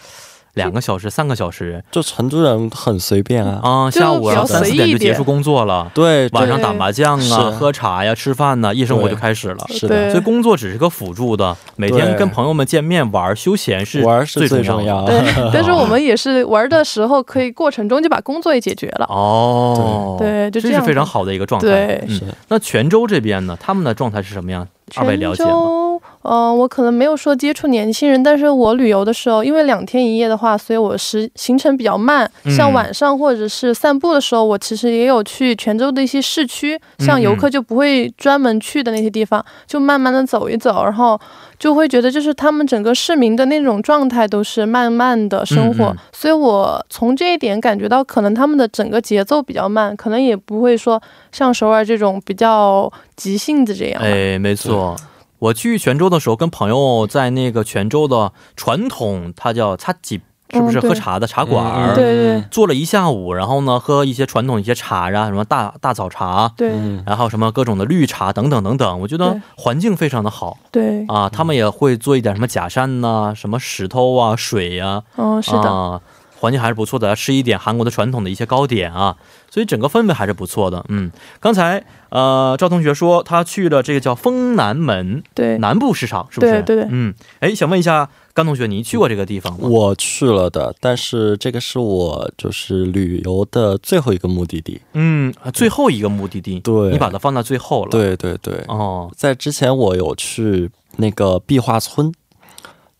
S2: 两个小时、三个小时
S4: 就成都人很随便啊。
S2: 啊，
S3: 就
S2: 下午
S3: 比
S2: 然
S3: 较
S2: 后三
S3: 随
S2: 四
S3: 意
S2: 点就
S3: 一
S2: 结
S3: 点
S2: 束工作了，
S4: 对，
S2: 晚上
S3: 对
S2: 打麻将啊、
S4: 是
S2: 喝茶呀、吃饭呐、夜生活就开始了。
S4: 是
S3: 对
S4: 的，
S2: 所以工作只是个辅助的，每天
S4: 对
S2: 跟朋友们见面玩儿休闲是
S4: 玩儿是最
S2: 重
S4: 重
S2: 要的。
S4: 要的。
S3: 对， 但是我们也是玩的时候，可以过程中就把工作也解决了。
S2: 哦，
S3: 对
S2: 这
S3: 就这
S2: 是
S3: 样
S2: 非常
S3: 子
S2: 好的一个状态。
S3: 对
S2: 嗯
S4: 是
S2: 那泉州这边呢，他们的状态是什么样？二位了
S3: 泉
S2: 解吗？
S3: 州，呃，我可能没有说接触年轻人，但是我旅游的时候，因为两天一夜的话，所以我时行程比较慢。像
S2: 嗯
S3: 晚上或者是散步的时候，我其实也有去泉
S2: 嗯
S3: 州的一些市区，像游客就不会专门去的那些地方，就慢慢的走一走，然后就会觉得就是他们整个市民的那种状态都是慢慢的生活，
S2: 嗯嗯
S3: 所以我从这一点感觉到，可能他们的整个节奏比较慢，可能也不会说像首尔这种比较急性子这样吧。
S2: 哎，没错。我去泉州的时候，跟朋友在那个泉州的传统，它叫擦几，是不是
S3: 嗯对
S2: 喝茶的茶馆
S4: 嗯
S2: 儿？
S3: 对对
S2: 坐了一下午，然后呢，喝一些传统一些茶呀，什么大大枣茶，
S3: 对、
S4: 嗯，
S2: 然后什么各种的绿茶等等等等，我觉得
S3: 对
S2: 环境非常的好
S3: 对，
S2: 啊。他们也会做一点什么假山呐、什么石头啊、水呀、
S3: 嗯，是的，
S2: 啊，环境还是不错的，吃一点韩国的传统的一些糕点啊，所以整个氛围还是不错的。嗯，刚才呃赵同学说他去了这个叫丰南门
S3: 对，
S2: 南部市场，是不是？
S3: 对对对
S2: 嗯，哎，想问一下甘同学，你去过这个地方吗？
S4: 我去了的，但是这个是我就是旅游的最后一个目的地。
S2: 嗯，最后一个目的地，
S4: 对
S2: 你把它放到最后了。，
S4: 对对对，
S2: 哦，
S4: 在之前我有去那个壁画村，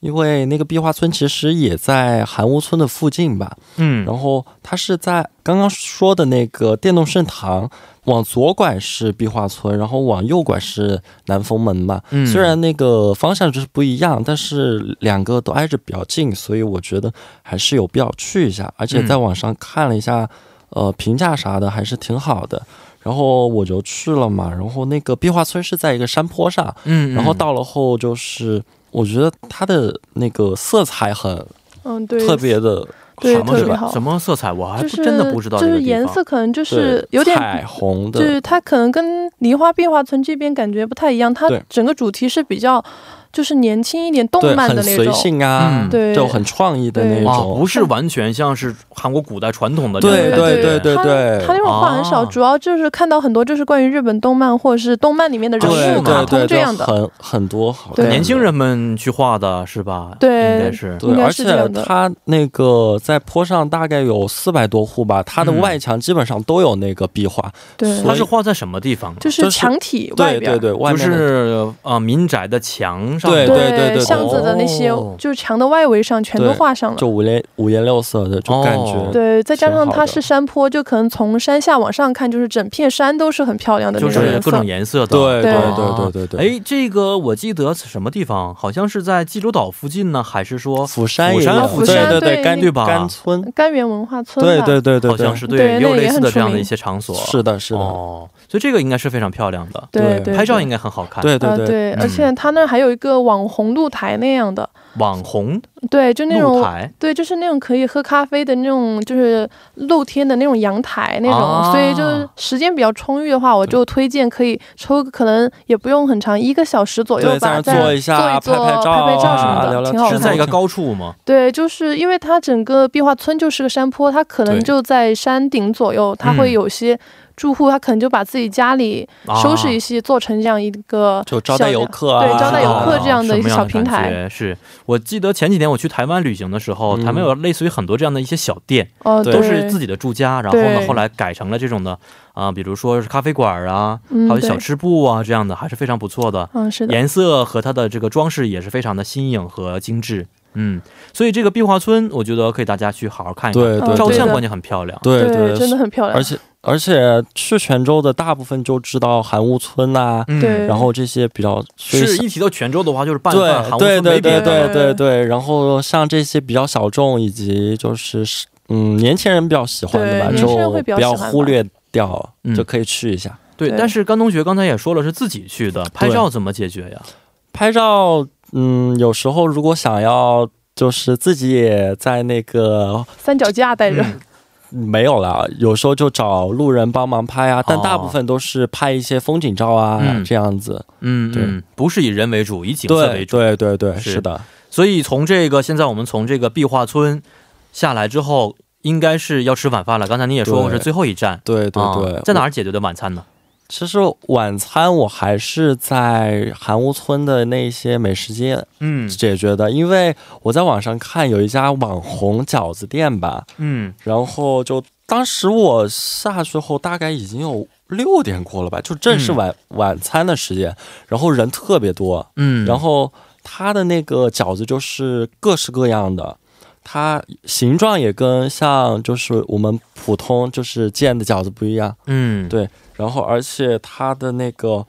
S4: 因为那个壁画村其实也在韩屋村的附近吧。
S2: 嗯，
S4: 然后它是在刚刚说的那个电动圣堂，往左拐是壁画村，然后往右拐是南风门嘛。
S2: 嗯
S4: 虽然那个方向就是不一样，但是两个都挨着比较近，所以我觉得还是有必要去一下。而
S2: 嗯
S4: 且在网上看了一下，呃，评价啥的还是挺好的。然后我就去了嘛，然后那个壁画村是在一个山坡上，
S2: 嗯，
S4: 然后到了后就是，我觉得它的那个色彩很
S3: 嗯，对，
S4: 特别的
S2: 嗯
S3: 对
S2: 什么
S3: 特
S2: 是
S3: 别好
S2: 什么色彩，我还
S3: 就
S2: 不
S3: 是
S2: 真的不知道
S3: 就
S2: 这个
S3: 是
S2: 地方。
S3: 颜色可能就是
S4: 对
S3: 有
S4: 彩
S3: 点。
S4: 虹的，
S3: 就是它可能跟梨花壁画村这边感觉不太一样，它
S4: 对
S3: 整个主题是比较就是年轻一点、动
S4: 对，
S3: 漫的
S4: 很
S3: 那
S4: 随
S3: 种，
S4: 性啊，
S2: 嗯
S3: 对
S4: 就很创意的那
S3: 对
S2: 啊，
S4: 种，
S2: 不是完全像是韩国古代传统的那
S4: 对
S2: 种感觉
S4: 对对对
S3: 它
S4: 对啊
S3: 它那种话很少、
S2: 哦
S3: 主要就是看到很多就是关于日本动漫或者是动漫里面的人
S4: 对
S3: 物、卡通
S4: 对对，
S3: 这
S4: 就
S3: 样的，
S4: 很很多好
S3: 对
S4: 看的
S2: 年轻人们去画的是吧？
S3: 对
S2: 应该是。
S4: 对
S3: 应，该
S4: 而
S3: 是这
S4: 且
S3: 样的
S4: 它那个在坡上大概有四百多户吧，它的
S2: 嗯
S4: 外墙基本上都有那个壁画，
S3: 对，
S2: 它是画在什么地方啊？
S3: 就
S4: 就是是
S3: 墙体外
S4: 对
S3: 边
S4: 对
S3: 儿，
S4: 对，外
S2: 就
S4: 面的
S2: 是呃民宅的墙上
S4: 对
S2: 吗
S4: 对对对
S3: 巷子的那些
S2: 哦
S3: 就是墙的外围上全都
S4: 对
S3: 画上了。
S4: 就五颜五颜六色的，就感
S2: 哦
S4: 觉
S3: 对，再加上
S4: 挺好
S3: 它
S4: 的
S3: 是山坡，就可能从山下往上看，就是整片山都是很漂亮的
S2: 就
S3: 那种
S2: 是
S3: 颜
S2: 各
S3: 色。
S2: 种颜色的。
S4: 对
S3: 对
S2: 啊
S4: 对对对对对
S2: 哎，这个我记得是什么地方？好像是在济州岛附近呢，还是说
S4: 釜山也
S2: 釜山啊
S4: 有
S2: 釜
S3: 山
S4: 对
S3: 对
S4: 对，甘
S2: 对吧
S4: 甘村，
S3: 甘源文化村
S4: 对
S3: 吧
S4: 对对对，
S2: 好像是
S3: 对
S2: 也
S3: 那
S2: 有
S3: 个也
S2: 类似
S3: 很
S2: 的
S3: 出
S2: 这样的
S3: 名
S2: 一些场所。
S4: 是的是的，
S2: 哦，所以这个应该是非常漂亮的，
S3: 对
S4: 对
S3: 对，
S2: 拍照
S3: 对
S2: 应该很好看。
S4: 对对
S3: 呃
S4: 对，
S3: 对，而
S2: 嗯
S3: 且它那儿还有一个网红露台那样的，
S2: 网红
S3: 对，就那
S2: 露
S3: 种
S2: 台，
S3: 对，就是那种可以喝咖啡的那种，就是露天的那种阳台那种，
S2: 啊
S3: 所以就是时间比较充裕的话，我就推荐可以抽，可能也不用很长，一个小时左右
S4: 对，在那
S3: 吧，
S4: 儿
S3: 在
S4: 坐一下，
S3: 坐一坐
S4: 拍照
S3: 拍拍照什么
S4: 啊，
S3: 的
S4: 聊聊
S3: 挺
S4: 天
S3: 好
S4: 啊，
S2: 是
S3: 看
S2: 在一个高处吗？
S3: 对，就是因为它整个壁画村就是个山坡，它可能
S4: 对
S3: 就在山顶左右，它
S2: 嗯
S3: 会有些住户，他可能就把自己家里
S2: 啊
S3: 收拾一些，做成这样一个
S4: 就招待
S3: 小
S4: 游
S3: 的
S4: 客啊，
S3: 对招待游客
S2: 啊
S3: 这样的一个
S2: 什么
S3: 小平台
S2: 感觉是我记得前几天我去台湾旅行的时候，
S4: 嗯
S2: 台湾有类似于很多这样的一些小店，
S3: 哦，对
S2: 都是自己的住家，然后呢
S3: 对
S2: 后来改成了这种的啊、比如说是咖啡馆啊，
S3: 嗯
S2: 还有
S3: 对
S2: 小吃部啊这样的，还是非常不错的。
S3: 嗯，是的，
S2: 颜色和它的这个装饰也是非常的新颖和精致，嗯，所以这个壁画村，我觉得可以大家去好好看一看，
S4: 对对
S2: 照
S3: 哦对
S2: 相
S3: 的
S2: 关键很漂亮，
S4: 对
S3: 真的很漂亮，
S4: 而且而且去泉州的大部分就知道韩屋村呐、
S2: 嗯
S3: 对
S4: 然后这些比较所以
S2: 是一提到泉州的话，就是拌饭、韩
S4: 对
S2: 屋村
S4: 对
S2: 没
S4: 对
S2: 别的
S4: 对
S2: 嗯
S4: 对
S3: 对
S4: 对对，然后像这些比较小众以及就是是嗯年轻人比较喜欢的吧，
S2: 对
S4: 就
S3: 年轻人会比
S4: 不
S3: 较
S4: 要
S3: 喜欢吧
S4: 忽略掉、
S2: 嗯
S4: 就可以去一下。
S2: 对
S3: 对
S2: 但是甘同学刚才也说了，是自己去的，拍照怎么解决呀？
S4: 拍照，嗯，有时候如果想要就是自己也在那个
S3: 三脚架带着，
S2: 嗯
S4: 没有啦，有时候就找路人帮忙拍啊，但
S2: 哦
S4: 大部分都是拍一些风景照啊、
S2: 嗯
S4: 这样子。
S2: 嗯
S4: 对
S2: 嗯，不是以人为主，以景色为
S4: 对
S2: 主。
S4: 对对对，
S2: 是
S4: 是的，
S2: 所以从这个现在我们从这个壁画村，下来之后，应该是要吃晚饭了。刚才你也说过
S4: 对
S2: 是最后一站，
S4: 对对对，
S2: 啊在哪儿解决的晚餐呢？
S4: 其实晚餐我还是在韩屋村的那些美食街
S2: 嗯
S4: 解决的，因为我在网上看有一家网红饺子店吧，
S2: 嗯，
S4: 然后就当时我下去后大概已经有六点过了吧，就正是晚、晚餐的时间，然后人特别多，
S2: 嗯，
S4: 然后它的那个饺子就是各式各样的。它形状也跟像就是我们普通就是见的饺子不一样，
S2: 嗯，
S4: 对然后而且它的那个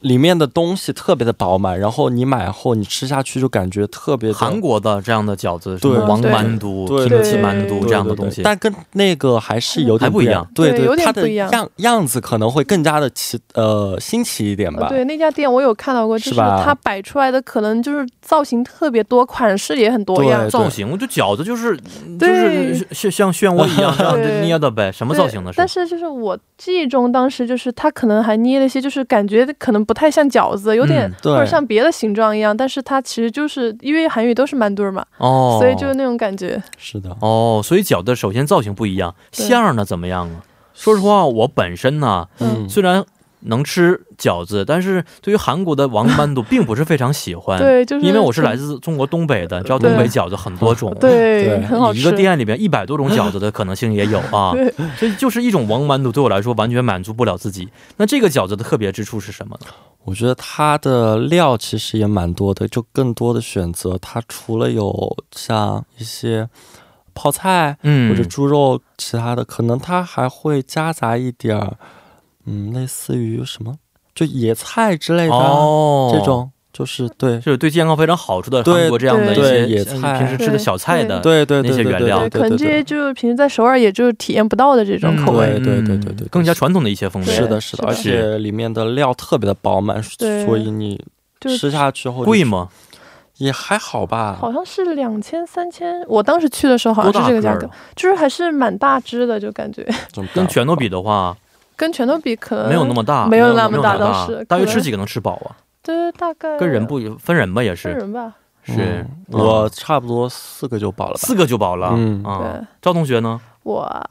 S4: 里面的东西特别的饱满，然后你买后你吃下去就感觉特别的
S2: 韩国的这样的饺子，什
S4: 对
S2: 么王
S3: 对
S2: 满都、平
S4: 对
S3: 对
S2: 气满
S4: 对
S2: 都
S4: 对
S2: 这样的
S4: 对
S2: 东西，
S4: 但跟那个还是有
S2: 还
S4: 点
S2: 不一样
S4: 对
S3: 对有点
S4: 它
S3: 不
S4: 的
S3: 一样
S4: 样样子可能会更加的奇呃新奇一点 吧。
S3: 对，那家店我有看到过，就是
S4: 是吧
S3: 它摆出来的可能就是造型特别多，款式也很多样
S4: 对。
S2: 造型，就饺子就是就
S3: 对
S2: 是像像漩涡一样这样
S3: 对
S2: 捏的呗，什么
S3: 对
S2: 造型的
S3: 但
S2: 是？
S3: 是就是我记忆中，当时就是它可能还捏了一些，就是感觉可能不太像饺子，有点、
S2: 嗯
S4: 对
S3: 或者像别的形状一样，但是它其实就是因为韩语都是满堆儿嘛，
S2: 哦，
S3: 所以就是那种感觉。
S4: 是的，
S2: 哦，所以饺子首先造型不一样，
S3: 对
S2: 馅儿呢怎么样啊？说实话，我本身呢
S3: 嗯
S4: 嗯，
S2: 虽然能吃饺子，但是对于韩国的王斑肚并不是非常喜欢。
S3: 对，就是
S2: 因为我是来自中国东北的，你知道
S3: 对
S2: 东北饺子很多种，
S3: 对
S4: 对
S3: 很好吃。。
S2: 一个店里面一百多种饺子的可能性也有啊
S3: 对，
S2: 所以就是一种王满肚对我来说完全满足不了自己。那这个饺子的特别之处是什么呢？
S4: 我觉得它的料其实也蛮多的，就更多的选择。它除了有像一些泡菜，
S2: 嗯
S4: 或者猪肉，其他的可能它还会夹杂一点儿，嗯，类似于什么，就野菜之类的、啊
S2: 哦
S4: 这种，就是对
S2: 就是对健康非常好处的
S4: 对
S2: 韩国这样的一些
S4: 对野
S2: 像
S4: 菜
S2: 平时吃的小菜的，
S4: 对对
S2: 那些
S4: 对对
S2: 原
S4: 对
S2: 料
S3: 对，
S4: 对
S3: 可能
S4: 对
S3: 这些
S4: 对，
S3: 就是平时在首尔也就是体验不到的这种
S2: 嗯
S3: 口味。
S4: 对对对对对
S2: 更加传统的一些风味。
S3: 对
S4: 是的，是
S3: 是
S4: 的，
S3: 的
S4: 而且里面的料特别的饱满，
S3: 对
S4: 所以你
S3: 就是
S4: 吃下去后
S2: 贵？吗？
S4: 也还好吧，
S3: 好像是两千三千，我当时去的时候好
S2: 多
S3: 像
S2: 大
S3: 是这
S2: 个
S3: 个价
S2: 儿啊
S3: 格，？就是还是蛮大只的，就感觉
S4: 这么大
S2: 跟拳头比的话，
S3: 跟拳头比可能
S2: 没有那么大，
S3: 呃没有
S2: 那
S3: 那
S2: 么
S3: 么
S2: 大，
S3: 大倒是呃
S2: 大约
S3: 可能
S2: 吃几个能吃饱啊？
S3: 对，大概
S2: 跟人不分人吧，也
S3: 跟
S2: 是
S3: 人吧，
S2: 是
S4: 嗯，
S2: 嗯
S4: 我差不多四个就饱了吧，
S2: 四个就饱了。
S4: 嗯
S2: 啊，
S3: 对
S2: 赵同学呢？
S3: 我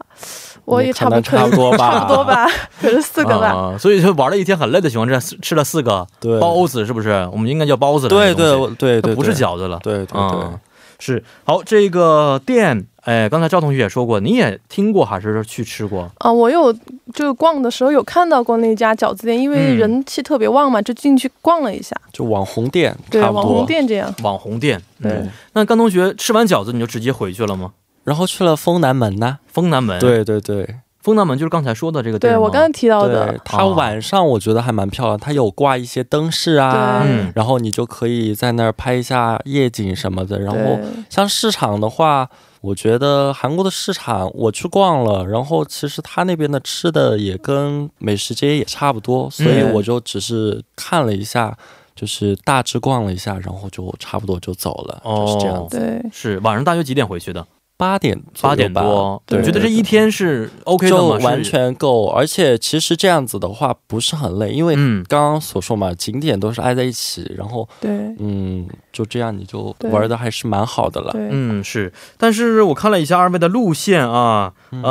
S3: 我也
S4: 可
S3: 差不
S4: 能
S3: 多，
S4: 差 不
S3: 差不多，
S4: 多吧，嗯
S3: 吧，可是四个吧，
S2: 啊，所以就玩了一天很累的情况下，吃了四个
S4: 对，
S2: 包子，是不是？我们应该叫包子了。
S4: 对
S2: 那
S4: 对
S2: 东西，
S4: 我对
S2: 它
S4: 对，
S2: 不是
S4: 对，
S2: 饺子了。
S4: 对对对
S2: 嗯，是好，这个店，哎，刚才赵同学也说过，你也听过还是去吃过？
S3: 啊，我有就是逛的时候有看到过那家饺子店，因为
S2: 嗯
S3: 人气特别旺嘛，就进去逛了一下，
S4: 就网红店，
S3: 对，
S4: 差不
S3: 网
S4: 多
S3: 红店这样，
S2: 网红店。
S3: 对
S2: 嗯，那甘同学吃完饺子你就直接回去了吗？
S4: 然后去了丰南门呐，
S2: 丰南门，，
S4: 对对对
S2: 丰南门就是刚才说的这个地儿
S3: 对
S2: 吗
S3: 我刚才提到的
S4: 对，，
S2: 哦
S4: 它晚上我觉得还蛮漂亮，它有挂一些灯饰啊，
S3: 对
S2: 嗯
S4: 然后你就可以在那儿拍一下夜景什么的。然后
S3: 对
S4: 像市场的话，我觉得韩国的市场我去逛了，然后其实它那边的吃的也跟美食街也差不多，所以
S2: 嗯
S4: 我就只是看了一下，就是大致逛了一下，然后就差不多就走了，就是
S2: 哦
S4: 这样子。
S3: 对。
S2: 是晚上大约几点回去的？
S4: 八点左
S2: 八
S4: 右
S2: 点
S4: 吧
S2: 多。
S4: 对
S2: 你觉得这一天是 OK 的
S4: 就
S2: 吗？是
S4: 完全够，而且其实这样子的话不是很累，因为
S2: 嗯
S4: 刚刚所说嘛，景点都是挨在一起，然后
S3: 对
S4: 嗯，就这样你就
S3: 对
S4: 玩的还是蛮好的了。
S3: 对，
S2: 嗯，是，但是我看了一下二位的路线啊，嗯、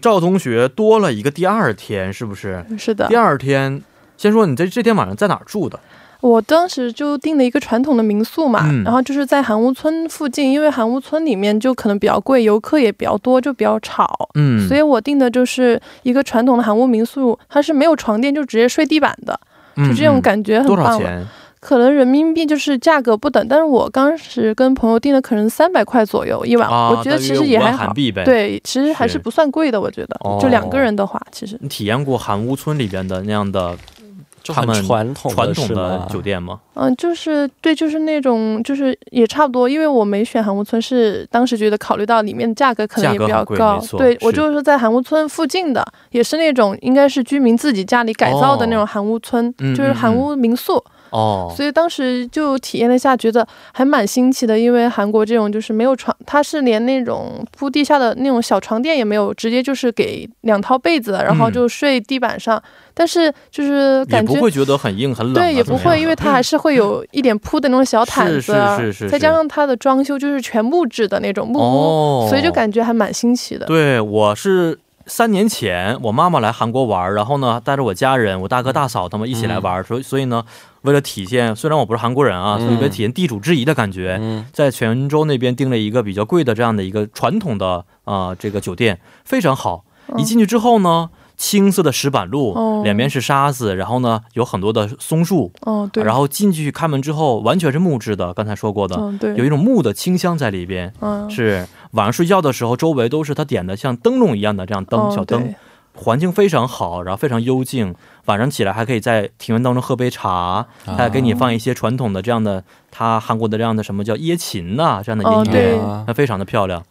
S2: 赵同学多了一个第二天，是不是？
S4: 嗯
S3: 是的
S2: 第。二天，先说你在这天晚上在哪儿住的？
S3: 我当时就订了一个传统的民宿嘛，
S2: 嗯
S3: 然后就是在韩屋村附近，因为韩屋村里面就可能比较贵，游客也比较多，就比较吵。
S2: 嗯，
S3: 所以我订的就是一个传统的韩屋民宿，它是没有床垫，就直接睡地板的，
S2: 就
S3: 就这种感觉很
S2: 嗯多少
S3: 棒了。
S2: 钱？
S3: 可能人民币就是价格不等，但是我当时跟朋友订的可能三百块左右一晚，
S2: 啊，
S3: 我觉得
S2: 大约
S3: 其实也
S2: 5
S3: 还
S2: 万
S3: 好
S2: 韩。币呗。，
S3: 对，其实还是
S2: 是
S3: 不算贵的，我觉得
S2: 哦，
S3: 就两个人的话，其实
S2: 你体验过韩屋村里边的那样的
S4: 就
S2: 他
S4: 很
S2: 们
S4: 传统
S2: 传统
S4: 是
S2: 的
S4: 吗
S2: 酒店吗？
S3: 嗯，就是对，就是那种，就是也差不多，因为我没选韩屋村，是当时觉得考虑到里面价格可能也比
S2: 价格
S3: 较
S2: 很贵
S3: 高
S2: 没，错
S3: 对
S2: 是
S3: 我就是在韩屋村附近的，也是那种应该是居民自己家里改造的那
S2: 哦
S3: 种韩屋村，
S2: 嗯
S3: 就是
S2: 嗯
S3: 韩
S2: 嗯
S3: 屋民宿，
S2: 哦，
S3: 所以当时就体验了一下，觉得还蛮新奇的，因为韩国这种就是没有床，它是连那种铺地下的那种小床垫也没有，直接就是给两套被子，然后就睡地板上。但是就是
S2: 嗯也
S3: 感
S2: 不
S3: 觉
S2: 会觉得很硬很冷啊、
S3: 对，也不会，因为它还是会有 一点铺的那种小毯
S2: 是
S3: 子，啊
S2: 是是是
S3: 再加上它的装修就是全木质的那种木屋，
S2: 哦
S3: 所以就感觉还蛮新奇的。
S2: 对，我是三年前我妈妈来韩国玩儿，然后呢带着我家人，我大哥大嫂他们一起来玩儿，所、以所以呢，为了体现虽然我不是韩国人啊，所以为了体现地主之谊的感觉，在泉州那边订了一个比较贵的这样的一个传统的啊、呃这个酒店，非常好。一进去之后呢。青色的石板路，
S3: 嗯哦
S2: 两边是沙子，然后呢有很多的松树，
S3: 哦，对，
S2: 然后进去开门之后完全是木质的，刚才说过的，
S3: 嗯，对，
S2: 有一种木的清香在里边。
S3: 嗯
S2: 是晚上睡觉的时候，周围都是他点的像灯笼一样的这样灯、
S3: 哦
S2: 小灯
S3: 对，
S2: 环境非常好，然后非常幽静。晚上起来还可以在庭院当中喝杯茶，他还给你放一些传统的这样的他韩国的这样的什么叫椰琴呐、这样的
S3: 哦
S2: 音乐，
S3: 对
S4: 啊
S2: 那、非常的漂亮。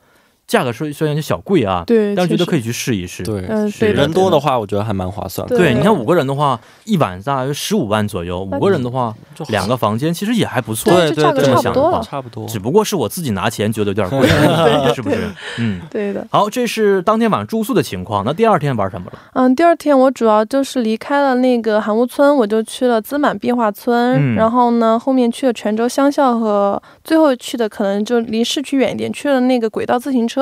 S2: 价格虽虽然就小贵啊，
S3: 对，
S2: 但是觉得
S3: 确实
S2: 可以去试一试。
S4: 对，
S3: 嗯，
S2: 是
S3: 对的，
S4: 人多的话，我觉得还蛮划算的。
S3: 对
S2: 对，你看五个人的话，一晚大约十五万左右，五个人的话
S4: 就好
S2: 两个房间其实也还不错。
S3: 对
S4: 对
S3: 这价格
S4: 对
S3: 差不多了，
S4: 差不多。
S2: 只不过是我自己拿钱觉得有点 贵，是不是？嗯，
S3: 对的。
S2: 好，这是当天晚上住宿的情况。那第二天玩什么了？
S3: 嗯，第二天我主要就是离开了那个韩屋村，我就去了资满壁画
S2: 嗯
S3: 村，然后呢，后面去了泉州乡校和最后去的可能就离市区远一点，去了那个轨道自行车。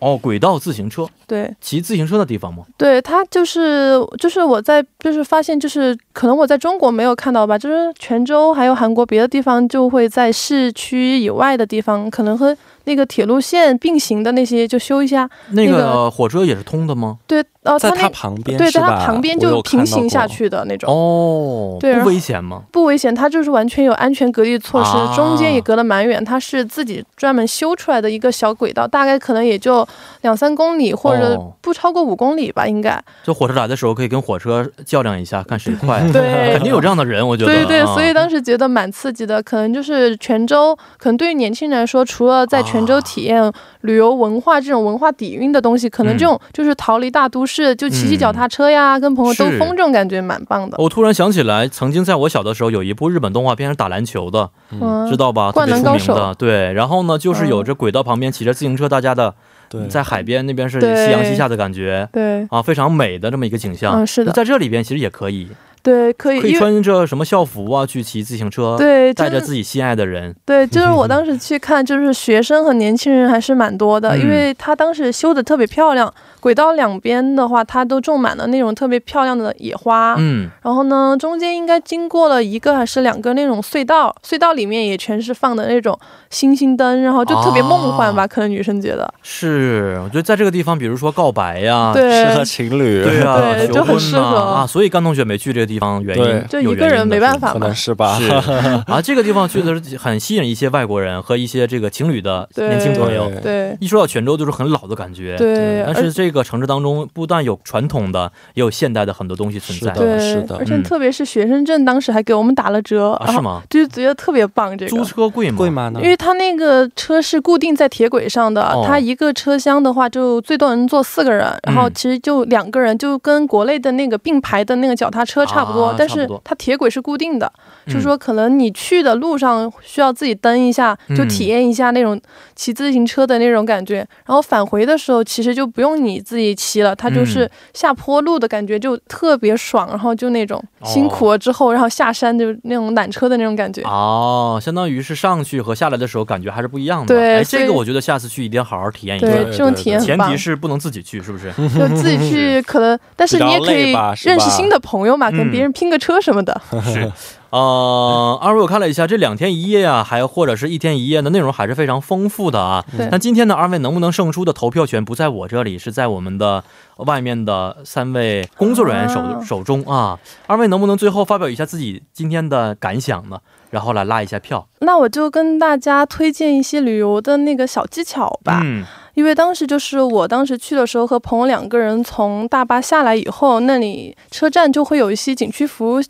S2: 哦，轨道自行车，
S3: 对，
S2: 骑自行车的地方吗？
S3: 对，它就是就是我在就是发现就是可能我在中国没有看到吧，就是泉州还有韩国别的地方就会在市区以外的地方，可能和那个铁路线并行的那些就修一下。
S2: 那
S3: 那
S2: 个
S3: 个
S2: 火车也是通的吗？
S3: 对，哦，
S4: 在
S3: 它
S4: 它
S3: 那
S4: 旁边
S3: 对，
S4: 是
S3: 在它
S4: 吧？
S3: 旁边
S4: 我
S3: 就
S4: 有看到
S3: 平行下
S4: 过。
S3: 去的那种。
S2: 哦，
S3: 对啊然
S2: 不
S3: 后
S2: 危险吗？
S3: 不危险，它就是完全有安全隔离措施，
S2: 啊
S3: 中间也隔了蛮远，它是自己专门修出来的一个小轨道，大概可能也就两三公里或者
S2: 哦
S3: 不超过五公里吧，应该。
S2: 就火车来的时候可以跟火车较量一下，看谁快。
S3: 对
S2: 肯定有这样的人，我觉得。
S3: 对对，
S2: 啊
S3: 所以当时觉得蛮刺激的。可能就是泉州，可能对于年轻人来说，除了
S2: 啊
S3: 在泉州体验旅游文化这种文化底蕴的东西，可
S2: 嗯
S3: 能这种就是逃离大都市，就骑骑脚踏车呀，跟朋友兜
S2: 是哦
S3: 风这种感觉蛮棒的。
S2: 我突然想起来，曾经在我小的时候有一部日本动画片是打篮球的，
S3: 嗯，
S2: 知道吧？特
S3: 灌
S2: 别
S3: 篮
S2: 出名
S3: 高
S2: 的。
S3: 手嗯
S2: 对，然后呢，就是有着轨道旁边骑着自行车，大家的
S4: 对，
S2: 在海边那边是
S3: 对
S2: 夕阳西下的感觉
S3: 对
S2: 啊，非常美的这么一个景象。
S3: 嗯是的
S2: 在这里边其实也可以，
S3: 对，可以，
S2: 可以
S3: 因为
S2: 穿着什么校服啊去骑自行车，
S3: 对
S2: 带着
S3: 真
S2: 自己心爱的人，
S3: 对，就是 我当时去看，就是学生和年轻人还是蛮多的，
S2: 嗯
S3: 因为它当时修的特别漂亮，轨道两边的话，它都种满了那种特别漂亮的野花。
S2: 嗯，
S3: 然后呢，中间应该经过了一个还是两个那种隧道，隧道里面也全是放的那种星星灯，然后就特别梦幻
S2: 哦
S3: 吧，可能女生觉得，
S2: 是，我觉得在这个地方，比如说告白呀、
S3: 对
S4: 适合情侣。
S2: 对啊，
S3: 对
S2: 求
S3: 就很
S2: 婚
S3: 适
S2: 呐
S3: 合
S2: 啊，所以甘同学没去这个地方，原因
S4: 对
S3: 就
S2: 有
S3: 一个
S2: 原因
S3: 人
S2: 的
S3: 没办法
S4: 可
S3: 嘛
S4: 能。是吧？
S2: 是 啊，这个地方确实很吸引一些外国人和一些这个情侣的
S3: 对
S2: 年轻朋友。
S4: 对
S3: 对
S2: 一说到泉州，就是很老的感觉。
S3: 对，
S2: 但
S3: 而
S2: 是这个城市当中，不但有传统的，也有现代的很多东西存在
S4: 是的
S3: 对，而且
S2: 嗯
S3: 特别是学生证当时还给我们打了折，
S2: 啊，
S3: 然
S2: 是
S3: 后
S2: 吗？
S3: 就觉得特别棒。这个
S2: 租车贵吗？
S4: 贵？吗呢
S3: 因？为它那个车是固定在铁轨上的，
S2: 哦
S3: 它一个车厢的话就最多能坐四个人，然
S2: 嗯
S3: 后其实就两个人，就跟国内的那个并排的那个脚踏车差不多，
S2: 啊
S3: 但
S2: 差
S3: 是
S2: 不多
S3: 它铁轨是固定的，
S2: 嗯
S3: 就是说可能你去的路上需要自己蹬一下，
S2: 嗯
S3: 就体验一下那种骑自行车的那种感觉，然后返回的时候其实就不用你自己骑了，它就是
S2: 嗯
S3: 下坡路的感觉就特别爽，然后就那种辛苦了之后，然后下山就是那种缆车的那种感觉。
S2: 哦，相当于是上去和下来的时候感觉还是不一样的。
S3: 对
S2: 哎，
S3: 所以
S2: 这个我觉得下次去一定要好好体验一
S3: 对
S2: 下。
S4: 对
S3: 这种
S4: 对
S3: 体验很
S2: 前
S3: 棒。
S2: 提是不能自己去，是不是？
S3: 就自己 去可能，但是你也可
S4: 比
S3: 以
S4: 较累吧是吧
S3: 认识新的朋友嘛，
S2: 嗯
S3: 跟别人拼个车什么的。
S2: 是。呃，二位我看了一下，这两天一夜啊，还或者是一天一夜的内容还是非常丰富的啊。
S3: 对
S2: 那今天呢，二位能不能胜出的投票权不在我这里，是在我们的外面的三位工作人员手、
S3: 啊
S2: 手中啊。二位能不能最后发表一下自己今天的感想呢？然后来拉一下票
S3: 那我就跟大家推荐一些旅游的那个小技巧吧，
S2: 嗯
S3: 因为当时就是我当时去的时候和朋友两个人从大巴下来以后，那里车站就会有一些景区服务。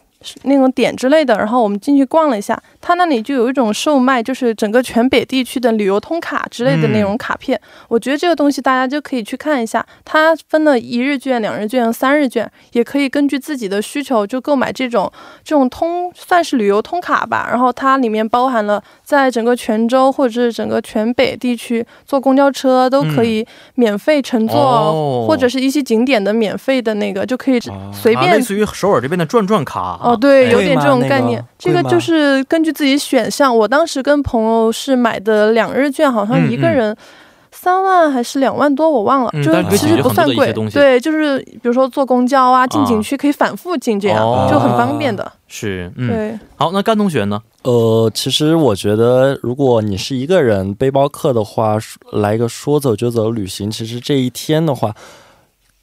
S3: 那种点之类的，然后我们进去逛了一下，他那里就有一种售卖，就是整个全北地区的旅游通卡之类的那种卡片。我觉得这个东西大家就可以去看一下，它分了一日券、两日券和三日券，也可以根据自己的需求就购买这种这种通算是旅游通卡吧。然后它里面包含了在整个泉州或者是整个全北地区坐公交车都可以免费乘
S2: 嗯
S3: 坐，
S2: 哦
S3: 或者是一些景点的免费的那个就可以只
S4: 哦
S3: 随
S2: 啊、
S3: 便
S2: 类似于首尔这边的转转卡。啊
S3: 哦，对，
S4: 哎
S3: 有点这种概念。
S4: 贵
S3: 这
S4: 吗那个
S3: 个就是根据自己选项，我当时跟朋友是买的两日券，好像
S2: 嗯
S3: 一个人。三万还是两万多，我忘了，
S2: 嗯
S3: 就
S2: 但
S3: 其
S4: 是可以解
S3: 实
S4: 决
S3: 不
S2: 很
S3: 算
S2: 多的一
S3: 贵
S2: 些东。西
S3: 对，就是比如说坐公交啊，进景区可以反复进，这样、
S2: 哦
S3: 就很方便的。
S2: 是，嗯，
S3: 对，
S2: 好，那甘同学呢？
S4: 呃，其实我觉得，如果你是一个人背包客的话，来一个说走就走旅行，其实这一天的话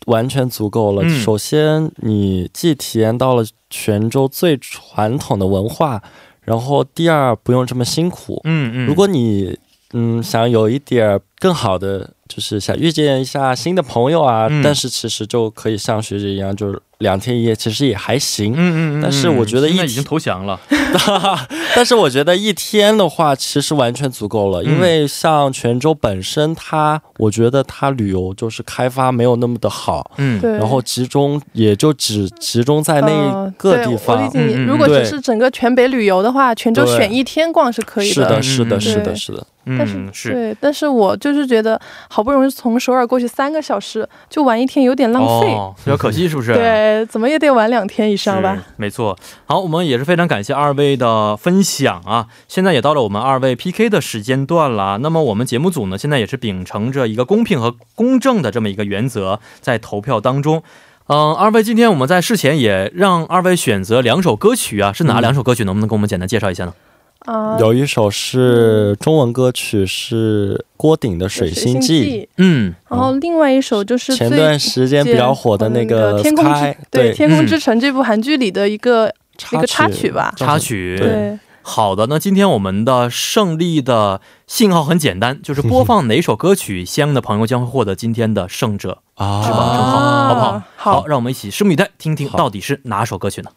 S4: 完全足够了。
S2: 嗯
S4: 首先，你既体验到了泉州最传统的文化，然后第二不用这么辛苦。
S2: 嗯嗯，
S4: 如果你嗯想有一点儿更好的，就是想遇见一下新的朋友啊，
S2: 嗯
S4: 但是其实就可以像学姐一样，就是两天一夜，其实也还行。
S2: 嗯嗯嗯，
S4: 但是我觉得
S2: 现在
S4: 一
S2: 已经投降了。
S4: 但是我觉得一天的话，其实完全足够了，因为像泉州本身它，我觉得它旅游就是开发没有那么的好，
S2: 嗯，
S3: 对。
S4: 然后集中也就只集中在那
S3: 呃
S4: 个
S3: 对
S4: 地
S3: 我
S4: 方
S3: 理。解你。
S2: 嗯嗯嗯
S3: 如果
S4: 对
S3: 只是整个全北旅游的话，泉州
S4: 对
S3: 选一天逛是可以
S4: 是
S2: 的
S4: 的，是
S2: 嗯
S4: 的，是的，
S3: 对
S4: 是的。
S3: 但
S2: 嗯
S3: 是
S2: 是。
S3: 对，但是我就是觉得好不容易从首尔过去三个小时，就玩一天有点浪费。
S2: 哦，比较可惜，是不是？
S4: 啊
S3: 对，怎么也得玩两天以
S2: 是
S3: 上吧。
S2: 没错。好，我们也是非常感谢二位的分享啊！现在也到了我们二位 PK 的时间段了啊。那么我们节目组呢，现在也是秉承着一个公平和公正的这么一个原则，在投票当中。嗯，二位，今天我们在事前也让二位选择两首歌曲啊，是哪
S4: 嗯
S2: 两首歌曲？能不能给我们简单介绍一下呢？
S3: 啊，
S4: 有一首是中文歌曲，是郭顶的《水星记》，
S2: 嗯，
S3: 然后另外一首就是
S4: 前
S3: 最
S4: 段时间比较火的那个
S3: 呃
S4: 《
S3: 天空之
S4: Sky》，
S3: 对《
S4: 对，嗯
S3: 天空之城》这部韩剧里的一个一个插曲吧。
S4: 叫什么
S2: 插曲。
S4: 对
S3: 对，
S2: 好的，那今天我们的胜利的信号很简单，就是播放哪首歌曲，相应的朋友将会获得今天的胜者。
S4: 啊，
S2: 是吧正好
S3: 啊
S2: 好不好？
S3: 好
S2: 让我们一起拭目以待，听听
S4: 好
S2: 到底是哪首歌曲呢？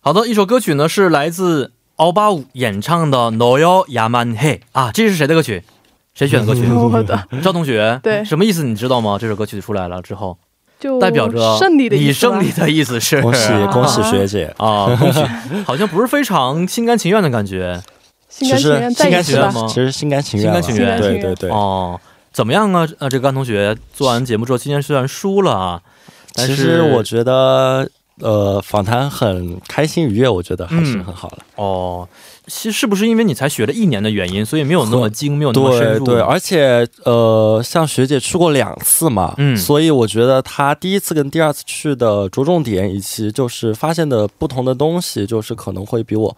S2: 好的，一首歌曲呢是来自奥巴五演唱的《No Yo Yaman Hey》啊，这是谁的歌曲？谁选的歌曲？
S3: 我 的
S2: 赵同学，
S3: 嗯 对
S2: 什么意思你知道吗？这首歌曲出来了之后，
S3: 就
S2: 代表着
S3: 哦胜利的
S2: 你
S3: 意思吧啊
S2: 胜利的意思是
S4: 恭喜
S2: 啊
S4: 恭喜学姐。
S2: 恭喜，好像不是非常心甘情愿的感觉
S3: 心甘情愿再一
S2: 甘情
S3: 次
S2: 愿
S3: 吧
S2: 吗。
S4: 其实心甘情愿了，
S2: 心甘情
S3: 愿
S4: 对对对。
S2: 哦。怎么样啊？呃，这个甘同学做完节目之后，今天虽然输了啊，但
S4: 其
S2: 是
S4: 实我觉得，呃，访谈很开心愉悦，我觉得还是很好了。
S2: 嗯哦，是是不是因为你才学了一年的原因，所以没有那么精，没有那么深
S4: 对
S2: 入？
S4: 对，而且呃，像学姐去过两次嘛，
S2: 嗯
S4: 所以我觉得她第一次跟第二次去的着重点，以及就是发现的不同的东西，就是可能会比我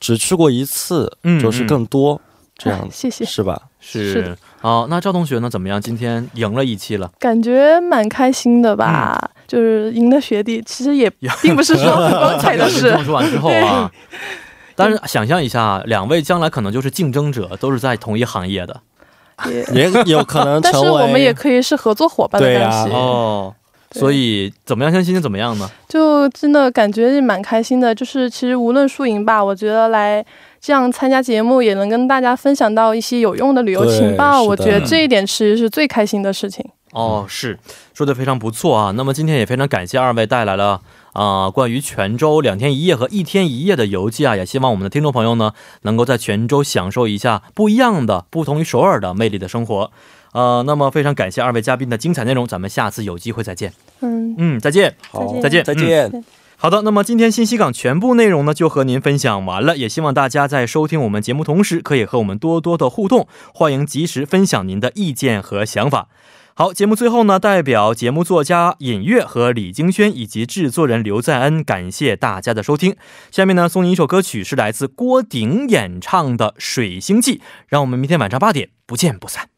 S4: 只去过一次，
S2: 嗯
S4: 就是更多、这样
S3: 哎
S4: 子，
S3: 谢谢，
S4: 是吧？
S2: 是
S3: 是的
S2: 哦，那赵同学呢？怎么样？今天赢了一期了，
S3: 感觉蛮开心的吧。
S4: 嗯
S3: 就是赢了学弟，其实也并不是说很光彩的事
S2: 竞。争完之后啊。但是想象一下，啊两位将来可能就是竞争者，都是在同一行业的
S3: 也
S4: 也有可能
S3: 但是
S4: 成为
S3: 我们也可以是合作伙伴的
S4: 对
S3: 关
S4: 啊
S3: 系。
S2: 哦。
S3: 对
S2: 所以怎么样？现在心情怎么样呢？
S3: 就真的感觉也蛮开心的。就是其实无论输赢吧，我觉得来这样参加节目，也能跟大家分享到一些有用的旅游
S4: 对
S3: 情报，
S4: 是的
S3: 我觉得这一点其实是最开心的事情。
S2: 哦，是说的非常不错啊。那么今天也非常感谢二位带来了啊、关于泉州两天一夜和一天一夜的游记啊，也希望我们的听众朋友呢能够在泉州享受一下不一样的、不同于首尔的魅力的生活。呃，那么非常感谢二位嘉宾的精彩内容，咱们下次有机会再见。
S3: 嗯，
S2: 嗯，再见。
S4: 好，
S2: 再见嗯
S4: 再见。
S2: 好的，那么今天信息港全部内容呢，就和您分享完了。也希望大家在收听我们节目同时，可以和我们多多的互动，欢迎及时分享您的意见和想法。好，节目最后呢，代表节目作家尹月和李京轩以及制作人刘在恩，感谢大家的收听。下面呢，送你一首歌曲，是来自郭顶演唱的《水星记》，让我们明天晚上八点不见不散。